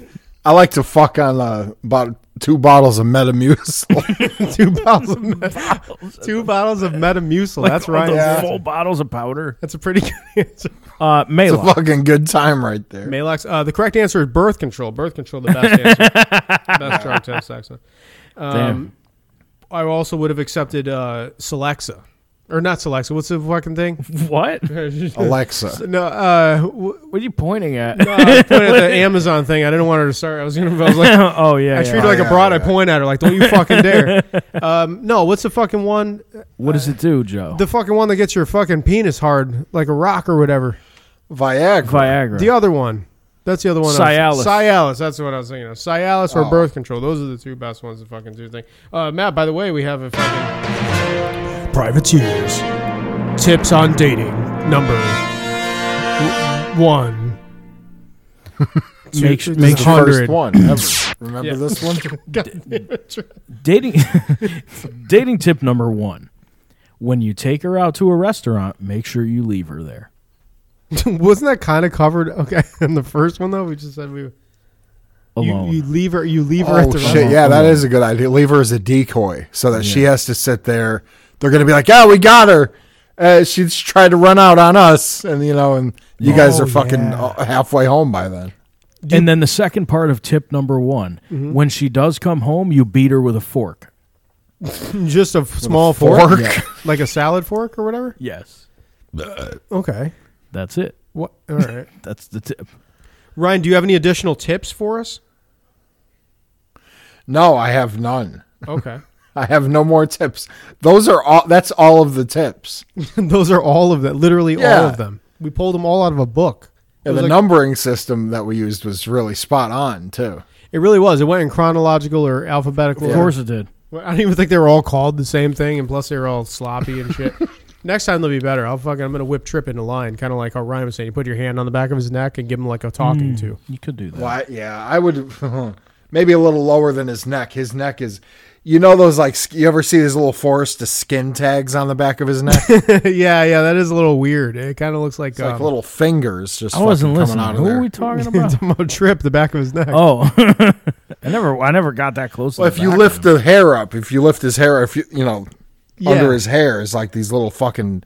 Speaker 3: I like to fuck on uh, about two bottles of Metamucil. (laughs)
Speaker 1: two bottles of met- two bottles of Metamucil. That's right.
Speaker 2: Those
Speaker 3: Yeah.
Speaker 2: Full bottles of powder.
Speaker 1: That's a pretty (laughs) good answer.
Speaker 2: Uh,
Speaker 3: it's a
Speaker 2: Mela.
Speaker 3: fucking good time right there.
Speaker 1: Malox. Uh, the correct answer is birth control. Birth control, the best answer.
Speaker 3: (laughs)
Speaker 1: best drug to have sex with. Um, I also would have accepted uh, Celexa, or not Celexa. What's the fucking thing?
Speaker 2: (laughs) What?
Speaker 3: Alexa.
Speaker 1: no, uh, w- (laughs)
Speaker 2: What are you pointing at?
Speaker 1: no, I pointed
Speaker 3: (laughs)
Speaker 1: at the Amazon thing. I didn't want her to start. I was gonna. I was like,
Speaker 2: (laughs) oh yeah.
Speaker 1: I
Speaker 2: yeah.
Speaker 1: treat her like
Speaker 3: yeah,
Speaker 1: a broad. I
Speaker 3: yeah.
Speaker 1: point at her like, don't you fucking
Speaker 3: (laughs)
Speaker 1: dare. um, no, what's the fucking one?
Speaker 2: What does it do, Joe?
Speaker 1: The fucking one that gets your fucking penis hard like a rock or whatever.
Speaker 3: Viagra.
Speaker 2: Viagra.
Speaker 1: The other one. That's the other one. I was-
Speaker 2: Cialis.
Speaker 1: Cialis. That's what I was thinking of. Cialis or
Speaker 3: Oh.
Speaker 1: birth control. Those are the two best ones to fucking do thing. Uh, Matt, by the way, we have a fucking privateers tips on dating number w- one. (laughs)
Speaker 2: Make-
Speaker 1: Two-
Speaker 2: make
Speaker 3: The
Speaker 1: hundred.
Speaker 3: first one. Ever.
Speaker 2: (clears throat)
Speaker 3: Remember
Speaker 1: Yeah.
Speaker 2: (laughs)
Speaker 3: this one?
Speaker 1: God damn it.
Speaker 2: dating (laughs) dating tip number one: When you take her out to a restaurant, make sure you leave her there.
Speaker 1: Wasn't that kind of covered? Okay, (laughs) in the first one though, we just said we you,
Speaker 2: Alone.
Speaker 1: you leave her you leave her at
Speaker 3: Oh
Speaker 1: the
Speaker 3: shit! Yeah, that is a good idea. Leave her as a decoy so that she has to sit there. They're gonna be like, "Yeah, we got her." Uh, she's tried to run out on us, and you know, and you guys
Speaker 1: Oh,
Speaker 3: are fucking uh halfway home by then.
Speaker 2: and then the second part of tip number one: When she does come home, you beat her with a fork.
Speaker 1: (laughs) just a f- small fork, (laughs)
Speaker 3: Fork.
Speaker 1: like a salad fork or whatever.
Speaker 2: Yes,
Speaker 1: Okay,
Speaker 2: that's it.
Speaker 1: what? All right.
Speaker 2: That's the tip.
Speaker 1: Ryan, do you have any additional tips for us?
Speaker 3: No, I have none.
Speaker 1: Okay.
Speaker 3: I have no more tips. Those are all. That's all of the tips.
Speaker 1: (laughs) Those are all of them, literally all
Speaker 3: Yeah.
Speaker 1: of them. We pulled them all out of a book. It,
Speaker 3: And
Speaker 1: was
Speaker 3: the
Speaker 1: like-
Speaker 3: numbering system that we used was really spot on too.
Speaker 1: it really was. It went in chronological or alphabetical.
Speaker 2: Of
Speaker 1: order.
Speaker 2: course it did.
Speaker 1: I don't even think they were all called the same thing, and plus they were all sloppy and
Speaker 3: (laughs)
Speaker 1: shit. Next time they'll be better. I'll fucking I'm gonna whip Trip into line, kind of like how Ryan was saying. You put your hand on the back of his neck and give him like a talking to. (laughs)
Speaker 2: You could do that.
Speaker 3: Why? Yeah, I would. (laughs) Maybe a little lower than his neck. His neck is, you know, those like sk- you ever see these little forest skin tags on the back of his neck, It's
Speaker 1: yeah, yeah, that is a little weird. It kind of looks like,
Speaker 3: like
Speaker 1: um,
Speaker 3: little fingers just.
Speaker 2: I wasn't
Speaker 3: fucking
Speaker 2: listening.
Speaker 3: Coming out of
Speaker 2: Who
Speaker 3: there.
Speaker 2: are we
Speaker 1: (laughs)
Speaker 2: talking
Speaker 1: it's
Speaker 2: about?
Speaker 1: a Trip the back of his neck.
Speaker 2: (laughs) oh, (laughs) I never, I never got that close. to
Speaker 3: well,
Speaker 2: the
Speaker 3: if you
Speaker 2: back.
Speaker 3: lift the hair up, if you lift his hair, if you you know,
Speaker 1: yeah,
Speaker 3: under his hair is like these little fucking.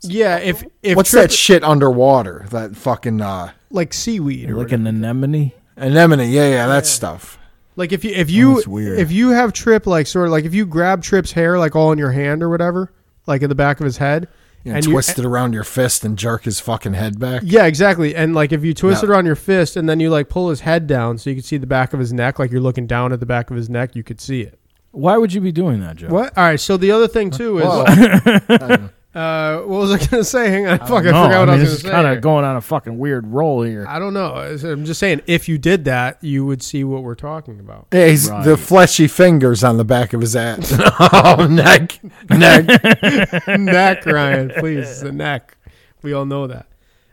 Speaker 1: yeah. If if
Speaker 3: what's
Speaker 1: Trip
Speaker 3: that shit underwater? That fucking uh,
Speaker 1: like seaweed or
Speaker 2: like an anemone.
Speaker 3: anemone. Yeah, yeah, that stuff.
Speaker 1: Like if you if you
Speaker 2: Oh, that's weird.
Speaker 1: if you have Trip like sort of like if you grab Trip's hair like all in your hand or whatever, like in the back of his head,
Speaker 3: and,
Speaker 1: And you-
Speaker 3: twist it around your fist and jerk his fucking head back.
Speaker 1: Yeah, exactly. And like if you twist
Speaker 3: No.
Speaker 1: it around your fist and then you like pull his head down so you can see the back of his neck, like you're looking down at the back of his neck, you could see it.
Speaker 2: Why would you be doing that, Joe?
Speaker 1: What? All right. So the other thing too is,
Speaker 3: Whoa.
Speaker 1: uh, what was I going to say? Hang on, fuck, I,
Speaker 2: No,
Speaker 1: forgot what I,
Speaker 2: mean,
Speaker 1: was
Speaker 2: this is
Speaker 1: going to say.
Speaker 2: kind of going on a fucking weird roll here.
Speaker 1: I don't know. I'm just saying, if you did that, you would see what we're talking about.
Speaker 3: Yeah, he's
Speaker 2: Right.
Speaker 3: the fleshy fingers on the back of his ass. (laughs) oh,
Speaker 2: (laughs)
Speaker 3: neck, neck.
Speaker 1: neck, Ryan, please, it's the neck. We all know that.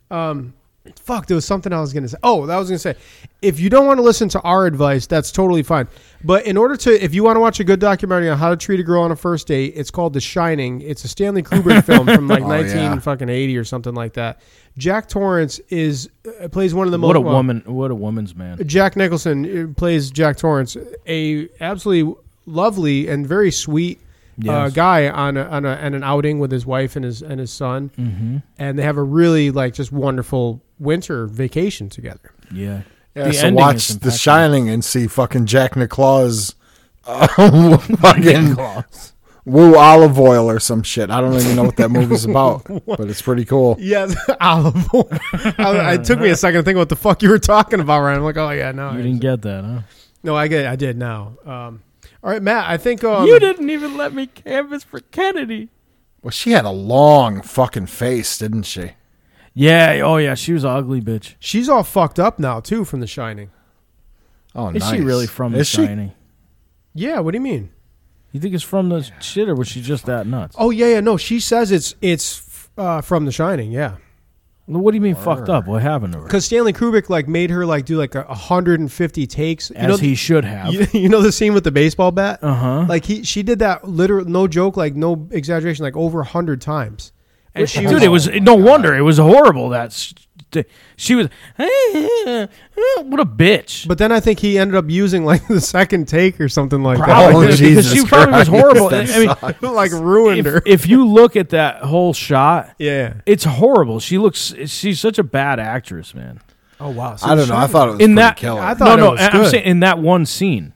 Speaker 1: Um, fuck, there was something I was gonna say. Oh, that was gonna say, if you don't want to listen to our advice, that's totally fine. But in order to, if you want to watch a good documentary on how to treat a girl on a first date, it's called The Shining. It's a Stanley Kubrick film from like
Speaker 3: Oh,
Speaker 1: nineteen
Speaker 3: yeah.
Speaker 1: fucking eighty or something like that. Jack Torrance is uh, plays one of the most
Speaker 2: What a woman! What a woman's man.
Speaker 1: Jack Nicholson uh, plays Jack Torrance, a absolutely lovely and very sweet uh,
Speaker 2: Yes.
Speaker 1: guy on a, on, a, on an outing with his wife and his and his son,
Speaker 2: Mm-hmm.
Speaker 1: and they have a really like just wonderful winter vacation together.
Speaker 2: Yeah.
Speaker 3: Yeah,
Speaker 2: The
Speaker 3: so
Speaker 2: ending
Speaker 3: watch
Speaker 2: is
Speaker 3: The
Speaker 2: impeccable.
Speaker 3: Shining and see fucking Jack Nicklaus, uh, (laughs) fucking woo olive oil or some shit. I don't even know what that (laughs) movie's about, but it's pretty cool.
Speaker 1: Yes, (laughs) olive oil. I, it took me a second to think what the fuck you were talking about. Right, I'm like, oh yeah, no,
Speaker 2: You
Speaker 1: I-
Speaker 2: didn't get that, huh?
Speaker 1: no, I get, it. I did now. Um, all right, Matt, I think um,
Speaker 2: didn't even let me canvas for Kennedy.
Speaker 3: Well, she had a long fucking face, didn't she?
Speaker 2: Yeah. Oh yeah. She was an ugly bitch.
Speaker 1: She's all fucked up now too from The Shining.
Speaker 3: Oh,
Speaker 2: Is she
Speaker 3: nice.
Speaker 2: really from The
Speaker 3: Is she?
Speaker 2: Shining?
Speaker 1: Yeah, what do you mean?
Speaker 2: You think it's from the shit, or was she just that nuts?
Speaker 1: Oh yeah, yeah, no, she says it's it's uh, from The Shining. Yeah.
Speaker 2: Well, What do you mean fucked up? What happened to her?
Speaker 1: because Stanley Kubrick like made her like do like a a hundred and fifty takes. You
Speaker 2: As
Speaker 1: know,
Speaker 2: he should have.
Speaker 1: you, (laughs) you know the scene with the baseball bat.
Speaker 2: Uh huh.
Speaker 1: Like he, she did that literal, no joke, like no exaggeration, like over a hundred times. And she,
Speaker 2: Dude, it was
Speaker 3: Oh
Speaker 2: no wonder it was horrible. That st- she was. (laughs) What a bitch.
Speaker 3: Oh,
Speaker 1: But then I think he ended up using like (laughs) the second take or something like
Speaker 3: Probably.
Speaker 1: that.
Speaker 3: Oh,
Speaker 2: Because
Speaker 3: Jesus
Speaker 2: she probably was
Speaker 3: Christ,
Speaker 2: horrible.
Speaker 3: that
Speaker 2: I mean,
Speaker 1: Like, (laughs) like ruined her.
Speaker 2: if, if you look at that whole shot,
Speaker 1: yeah.
Speaker 2: it's horrible. She looks. She's such a bad actress, man.
Speaker 1: Oh wow. So
Speaker 3: I don't know. I thought it was
Speaker 2: In
Speaker 3: pretty
Speaker 2: that-
Speaker 3: killer.
Speaker 1: I thought
Speaker 2: no,
Speaker 1: it was
Speaker 2: no. I'm
Speaker 1: good.
Speaker 2: saying in that one scene,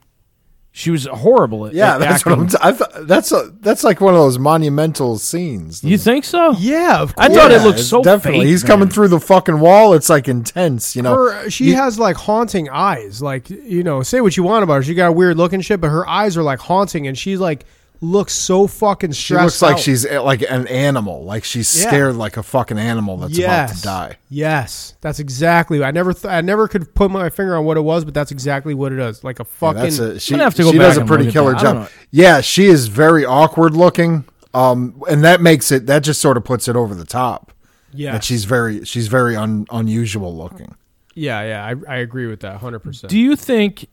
Speaker 2: she was horrible. At,
Speaker 3: yeah,
Speaker 2: at
Speaker 3: that's
Speaker 2: acting.
Speaker 3: what I'm. T- I thought that's a, that's like one of those monumental scenes.
Speaker 2: you think so?
Speaker 1: yeah, of
Speaker 2: I
Speaker 1: course.
Speaker 2: thought it
Speaker 3: Yeah,
Speaker 2: looked
Speaker 3: it's
Speaker 2: so
Speaker 3: definitely.
Speaker 2: fake,
Speaker 3: He's
Speaker 2: man.
Speaker 3: coming through the fucking wall. It's like intense, you know.
Speaker 1: her, she
Speaker 3: You-
Speaker 1: has like haunting eyes. Like you know, say what you want about her. She got weird looking shit, but her eyes are like haunting, and she like looks so fucking
Speaker 3: She
Speaker 1: stressed.
Speaker 3: looks like
Speaker 1: out.
Speaker 3: she's uh, like an animal. Like she's
Speaker 1: Yeah.
Speaker 3: scared like a fucking animal that's
Speaker 1: yes.
Speaker 3: about to die.
Speaker 1: Yes, that's exactly. I never, th- I never could put my finger on what it was, but that's exactly what it is. Like a
Speaker 3: Yeah,
Speaker 1: fucking.
Speaker 3: that's a, she
Speaker 2: gonna have to go
Speaker 3: she
Speaker 2: back
Speaker 3: does a
Speaker 2: and
Speaker 3: pretty
Speaker 2: look at
Speaker 3: killer
Speaker 2: that. I don't
Speaker 3: job.
Speaker 2: know.
Speaker 3: Yeah, she is very awkward looking. Um, and that makes it that just sort of puts it over the top.
Speaker 1: yeah,
Speaker 3: That she's very she's very un, unusual looking.
Speaker 1: yeah, yeah. I, I agree with that, hundred percent.
Speaker 2: Do you think,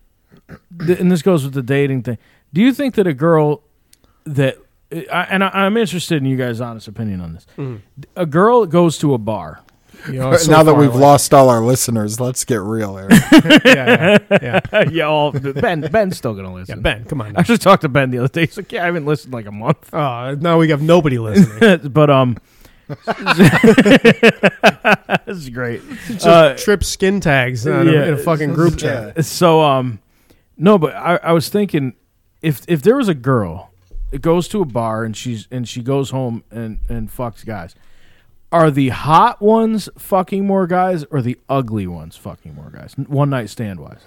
Speaker 2: th- and this goes with the dating thing, do you think that a girl that, I- and I- I'm interested in you guys' honest opinion on this,
Speaker 1: Mm-hmm.
Speaker 2: a girl that goes to a bar,
Speaker 1: You
Speaker 2: Oh,
Speaker 1: know, it's so
Speaker 3: now that
Speaker 1: far
Speaker 3: we've
Speaker 1: away.
Speaker 3: lost all our listeners, let's get real
Speaker 2: (laughs)
Speaker 3: here.
Speaker 1: yeah, yeah, (laughs) yeah.
Speaker 2: y'all, Ben, Ben's still going to
Speaker 1: Yeah,
Speaker 2: listen.
Speaker 1: Ben, come on.
Speaker 2: I
Speaker 1: Now.
Speaker 2: just talked to Ben the other day. He's like, yeah, I haven't listened in like a month.
Speaker 1: Oh, now we have nobody listening.
Speaker 2: (laughs) but, um, this is great. Uh,
Speaker 1: Trip skin tags in,
Speaker 2: yeah.
Speaker 1: a, in a fucking group chat.
Speaker 2: so um no but I, I was thinking if if there was a girl that goes to a bar and she's and she goes home and and fucks guys are the hot ones fucking more guys or the ugly ones fucking more guys one night stand wise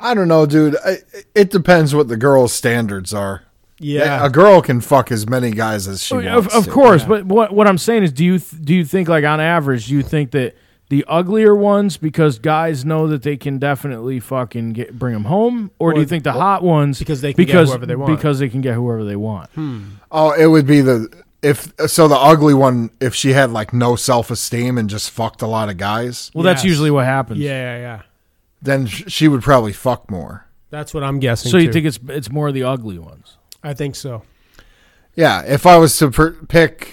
Speaker 3: I don't know, dude. I, it depends what the girl's standards are.
Speaker 1: Yeah.
Speaker 3: a girl can fuck as many guys as she wants.
Speaker 2: of, Oh, of
Speaker 3: to.
Speaker 2: course but what what i'm saying is do you th- do you think like on average do you think that the uglier ones because guys know that they can definitely fucking get bring them home or do
Speaker 1: Or-
Speaker 2: you think the hot ones
Speaker 1: because they can get whoever they want. Hmm.
Speaker 2: because they can get whoever they want
Speaker 3: Oh, it would be the if so the ugly one if she had like no self esteem and just fucked a lot of guys,
Speaker 2: Well, that's
Speaker 1: Yes.
Speaker 2: usually what happens.
Speaker 1: Yeah, yeah, yeah.
Speaker 3: then sh- she would probably fuck more.
Speaker 1: That's what I'm guessing.
Speaker 2: So you
Speaker 1: too.
Speaker 2: think it's it's more the ugly ones?
Speaker 1: I think so.
Speaker 3: Yeah, if I was to per- pick,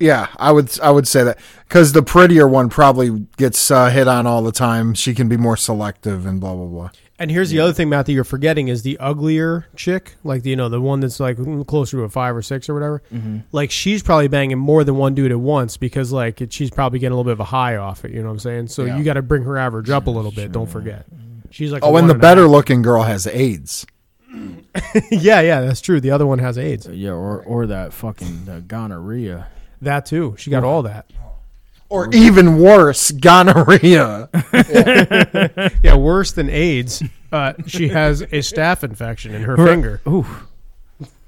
Speaker 3: yeah, I would I would say that because the prettier one probably gets uh, hit on all the time. She can be more selective and blah blah blah.
Speaker 1: And here's the other thing, Matt, that you're forgetting is the uglier chick, like you know the one that's like mm, closer to a five or six or whatever.
Speaker 3: Mm-hmm.
Speaker 1: Like she's probably banging more than one dude at once because like it, she's probably getting a little bit of a high off it. You know what I'm saying? So
Speaker 3: Yeah.
Speaker 1: you got to bring her average up a little bit. Don't forget, she's like a
Speaker 3: Oh, and
Speaker 1: one
Speaker 3: the
Speaker 1: a half.
Speaker 3: better looking girl has AIDS.
Speaker 1: (laughs) yeah, yeah, that's true. The other one has AIDS.
Speaker 2: Yeah, or or that fucking uh, gonorrhea.
Speaker 1: That too. She got all that.
Speaker 3: Or even
Speaker 1: (laughs)
Speaker 3: worse, gonorrhea.
Speaker 1: Yeah, worse than
Speaker 3: (laughs)
Speaker 1: AIDS. Uh, she has a staph infection in her finger.
Speaker 2: Ooh,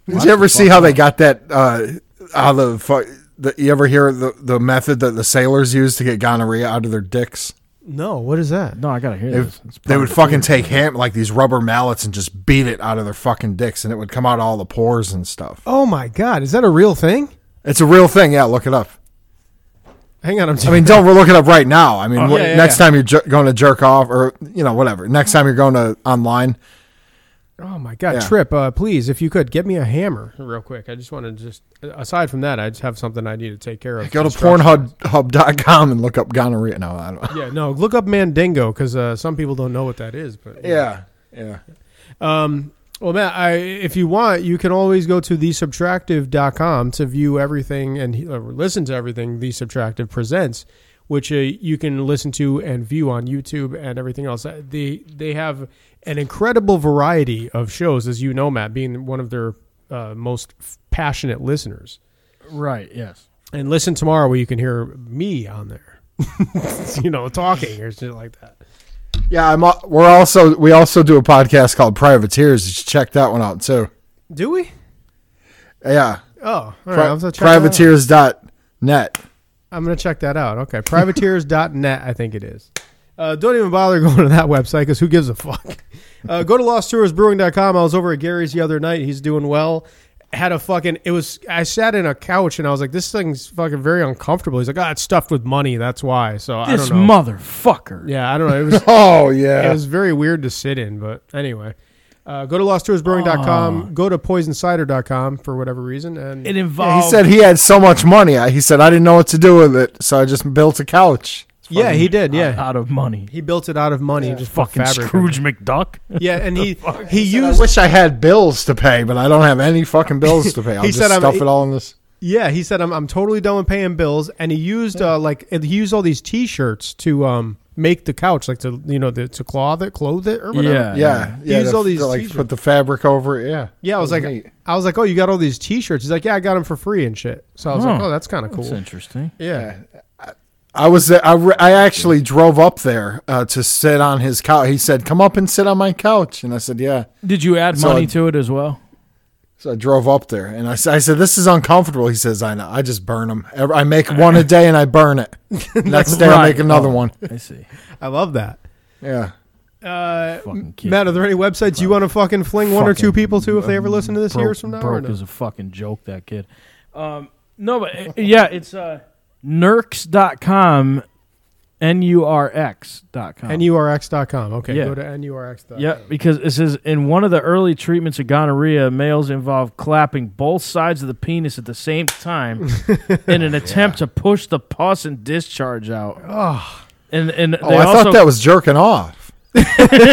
Speaker 3: Did you ever see how they got that? Uh, how the, fu- the you ever hear the the method that the sailors use to get gonorrhea out of their dicks?
Speaker 1: No, what is that?
Speaker 2: no, I gotta hear
Speaker 3: They,
Speaker 2: this. It's
Speaker 1: Oh,
Speaker 3: they would
Speaker 2: probably-
Speaker 3: fucking take ham like these rubber mallets and just beat it out of their fucking dicks, and it would come out all the pores and stuff.
Speaker 1: Oh my god, is that a real thing?
Speaker 3: It's a real thing. Yeah, look it up.
Speaker 1: Hang on, I'm.
Speaker 3: I mean, don't look it up right now. I mean,
Speaker 2: Oh,
Speaker 3: what-
Speaker 2: yeah, yeah,
Speaker 3: next
Speaker 2: yeah.
Speaker 3: time you're jer- going to jerk off, or you know, whatever. Next time you're going to online,
Speaker 1: Oh my God,
Speaker 3: Yeah.
Speaker 1: Trip! Uh, please, if you could get me a hammer real quick. I just want to just. Aside from that, I just have something I need to take care of.
Speaker 3: go to
Speaker 1: Construction.
Speaker 3: Pornhub.com and look up gonorrhea. No, I don't. (laughs)
Speaker 1: Yeah, no, look up Mandingo because uh, some people don't know what that is. But
Speaker 3: Yeah, yeah.
Speaker 1: Um, well, Matt, I, if you want, you can always go to thesubtractive.com to view everything and he- uh, listen to everything The Subtractive presents, which uh, you can listen to and view on YouTube and everything else. Uh, They they have an incredible variety of shows, as you know, Matt, being one of their uh, most f- passionate listeners.
Speaker 2: right. Yes.
Speaker 1: And listen tomorrow where you can hear me on there, (laughs) you know, talking or shit like that.
Speaker 3: Yeah, I'm. al- We're also we also do a podcast called Privateers. You should check that one out too.
Speaker 1: Do we?
Speaker 3: Yeah,
Speaker 1: Oh, all right.
Speaker 3: Pri-
Speaker 1: I'm gonna check that out.
Speaker 3: privateers.net.
Speaker 1: I'm gonna check that out. Okay, privateers.net, I think it is. Uh, don't even bother (laughs) going to that website because who gives a fuck? Uh, go to losttoursbrewing.com. I was over at Gary's the other night. He's doing well. Had a fucking it was. I sat in a couch and I was like, this thing's fucking very uncomfortable. He's like, ah, it's stuffed with money. That's why. So I
Speaker 2: This
Speaker 1: don't know.
Speaker 2: motherfucker.
Speaker 1: yeah, I don't know. It was
Speaker 3: Oh
Speaker 1: it
Speaker 3: yeah,
Speaker 1: was very weird to sit in, but anyway. Uh, go to losttoursbrewing.com. Go to poisoncider.com for whatever reason. And
Speaker 2: Ah. It
Speaker 3: he
Speaker 2: involves.
Speaker 3: said he had so much money. I- He said I didn't know what to do with it, so I just built a couch.
Speaker 1: yeah, he did.
Speaker 2: out,
Speaker 1: Yeah,
Speaker 2: out of money.
Speaker 1: he built it out of money. and just put
Speaker 2: Fucking
Speaker 1: fabric in it.
Speaker 2: Scrooge McDuck.
Speaker 1: Yeah, and
Speaker 2: (laughs)
Speaker 1: he he
Speaker 3: I
Speaker 1: used
Speaker 3: wish I had bills to pay, but I don't have any fucking bills
Speaker 1: (laughs)
Speaker 3: to pay. I'll
Speaker 1: He
Speaker 3: just
Speaker 1: said I'm- e
Speaker 3: stuff it all in this.
Speaker 1: yeah he said I'm I'm totally done with paying bills and he used uh, like and he used all these T-shirts to um make the couch like to you know the, to cloth it clothe it or whatever.
Speaker 2: Yeah.
Speaker 3: Yeah, yeah.
Speaker 1: Use
Speaker 3: to-
Speaker 1: all these
Speaker 3: to, like
Speaker 1: t-shirts.
Speaker 3: put the fabric over it. Yeah,
Speaker 1: Yeah, I was like,
Speaker 3: neat.
Speaker 1: I was like, oh, you got all these T-shirts. He's like, yeah, I got them for free and shit. So I was like,
Speaker 2: Huh.
Speaker 1: oh, that's kind of
Speaker 2: That's
Speaker 1: cool.
Speaker 2: interesting.
Speaker 1: Yeah,
Speaker 3: I was there- I, re- I actually drove up there uh, to sit on his couch. He said, "Come up and sit on my couch," and I said, "Yeah."
Speaker 2: Did you add
Speaker 3: So
Speaker 2: money
Speaker 3: I-
Speaker 2: to it as well?
Speaker 3: So I drove up there, and I, s- I said, "This is uncomfortable." He says, "I know. I just burn them.
Speaker 1: (laughs)
Speaker 3: I make one a day, and I burn it. Next day, I
Speaker 2: Right.
Speaker 3: make another
Speaker 2: Oh.
Speaker 3: one."
Speaker 2: I see.
Speaker 1: I love that.
Speaker 3: Yeah,
Speaker 1: Uh,
Speaker 2: Fucking kid.
Speaker 1: Matt, are there any websites you want to fucking fling one or two
Speaker 2: Fucking
Speaker 1: people to if they ever listen to this
Speaker 2: broke,
Speaker 1: years from now? or
Speaker 2: Broke
Speaker 1: no?
Speaker 2: as a fucking joke, that kid. Um, no, but uh, yeah, it's uh, nerx.com, N U R X dot com.
Speaker 1: NURX.com. Okay,
Speaker 2: Yeah.
Speaker 1: go to NURX.com.
Speaker 2: Yeah, because it says in one of the early treatments of gonorrhea, males involve clapping both sides of the penis at the same time in an attempt to push the pus and discharge out. And and
Speaker 3: Oh,
Speaker 2: they
Speaker 3: I
Speaker 2: also
Speaker 3: thought that was jerking off.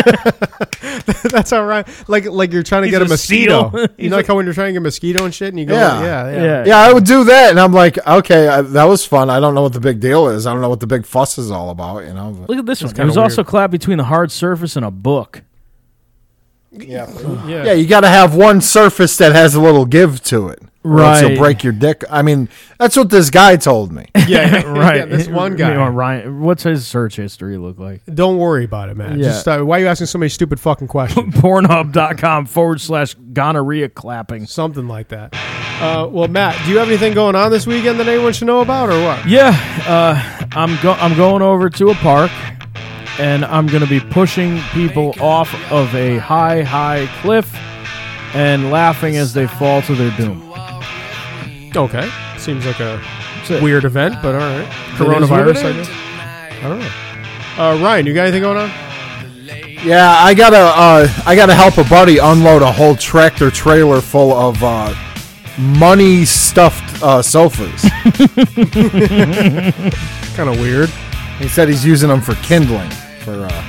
Speaker 1: (laughs) That's all right. Like like you're trying to
Speaker 2: He's
Speaker 1: get a
Speaker 2: a
Speaker 1: mosquito.
Speaker 2: seal.
Speaker 1: (laughs) you know, like how when you're trying to get a mosquito and shit, and you go,
Speaker 3: Yeah.
Speaker 1: yeah, yeah, yeah.
Speaker 2: Yeah.
Speaker 3: Yeah, I would do that, and I'm like, okay, I, that was fun. I don't know what the big deal is. I don't know what the big fuss is all about. You know. But,
Speaker 2: Look at this one.
Speaker 1: kinda
Speaker 2: There's also clap between the hard surface and a book.
Speaker 3: yeah,
Speaker 1: Yeah.
Speaker 3: yeah. You got to have one surface that has a little give to it. or else
Speaker 2: Right.
Speaker 3: you'll break your dick. I mean, that's what this guy told me.
Speaker 1: (laughs)
Speaker 2: (laughs)
Speaker 3: (laughs)
Speaker 1: (laughs) Yeah,
Speaker 2: Right.
Speaker 1: Yeah, this one guy.
Speaker 2: You know, Ryan, what's his search history look like? (laughs)
Speaker 1: Don't worry about it, man.
Speaker 2: Yeah.
Speaker 1: Just uh, why are you asking so many stupid fucking (laughs) questions?
Speaker 2: Pornhub.com forward slash gonorrhea clapping.
Speaker 1: Something like that. Uh, well, Matt, do you have anything going on this weekend that anyone should know about, or what?
Speaker 2: Yeah, uh, I'm go- I'm going over to a park, and I'm gonna be pushing people off of a high high cliff, and laughing as they fall to their doom.
Speaker 1: Okay, seems like a
Speaker 2: That's it.
Speaker 1: weird event, but all right.
Speaker 2: It is what it
Speaker 1: Coronavirus, I
Speaker 2: is.
Speaker 1: guess. I don't know. Uh, Ryan, you got anything going on?
Speaker 3: Yeah, I gotta uh, I gotta help a buddy unload a whole tractor trailer full of uh, money stuffed
Speaker 2: (laughs)
Speaker 3: uh, sofas.
Speaker 1: Kind of weird.
Speaker 3: he said he's using them for kindling. For uh,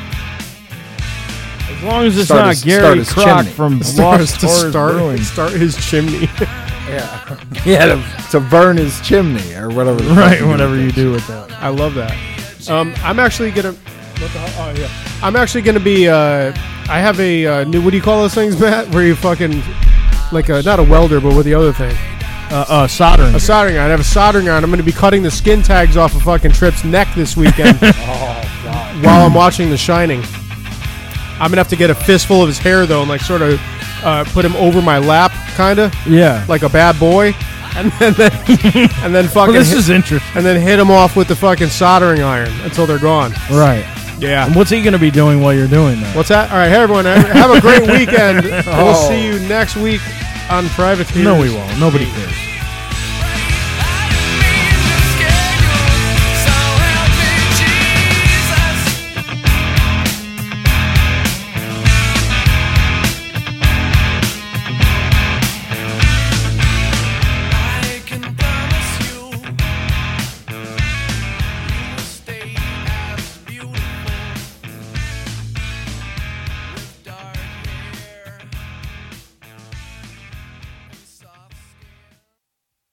Speaker 2: As long as it's
Speaker 3: Start
Speaker 2: not
Speaker 3: his- start
Speaker 2: Gary
Speaker 3: his
Speaker 2: Kroc
Speaker 3: chimney.
Speaker 1: (laughs)
Speaker 2: from
Speaker 1: Start,
Speaker 2: Lost
Speaker 1: to
Speaker 2: Horrors
Speaker 1: start,
Speaker 2: Brewing.
Speaker 1: start his chimney.
Speaker 3: yeah, yeah, to, to burn his chimney or whatever. the
Speaker 2: (laughs)
Speaker 3: fuck
Speaker 2: Right,
Speaker 3: you do.
Speaker 2: whatever you do with that.
Speaker 1: I love that. Um, I'm actually gonna. What the hell? Oh yeah. I'm actually gonna be. Uh, I I have a uh, new. What do you call those things, (laughs) Matt? Where you fucking like a not a welder, but with the other thing,
Speaker 2: Uh, uh,
Speaker 1: (laughs)
Speaker 2: soldering.
Speaker 1: a soldering iron. I have a soldering iron. I'm going to be cutting the skin tags off of fucking Tripp's neck this
Speaker 2: (laughs)
Speaker 1: weekend (laughs)
Speaker 2: Oh,
Speaker 1: while I'm watching The Shining. I'm gonna have to get a fistful of his hair though, and like sort of uh, put him over my lap, kind of
Speaker 2: Yeah.
Speaker 1: like a bad boy, (laughs) and then, and then fucking
Speaker 2: Well, this
Speaker 1: hit-
Speaker 2: is interesting.
Speaker 1: and then hit them off with the fucking soldering iron until they're gone.
Speaker 2: Right.
Speaker 1: Yeah.
Speaker 2: And what's he going to be doing while you're doing that?
Speaker 1: What's that? All right, hey everyone, have have a great weekend. We'll see you next week on Privateers.
Speaker 2: No, we won't. Nobody cares.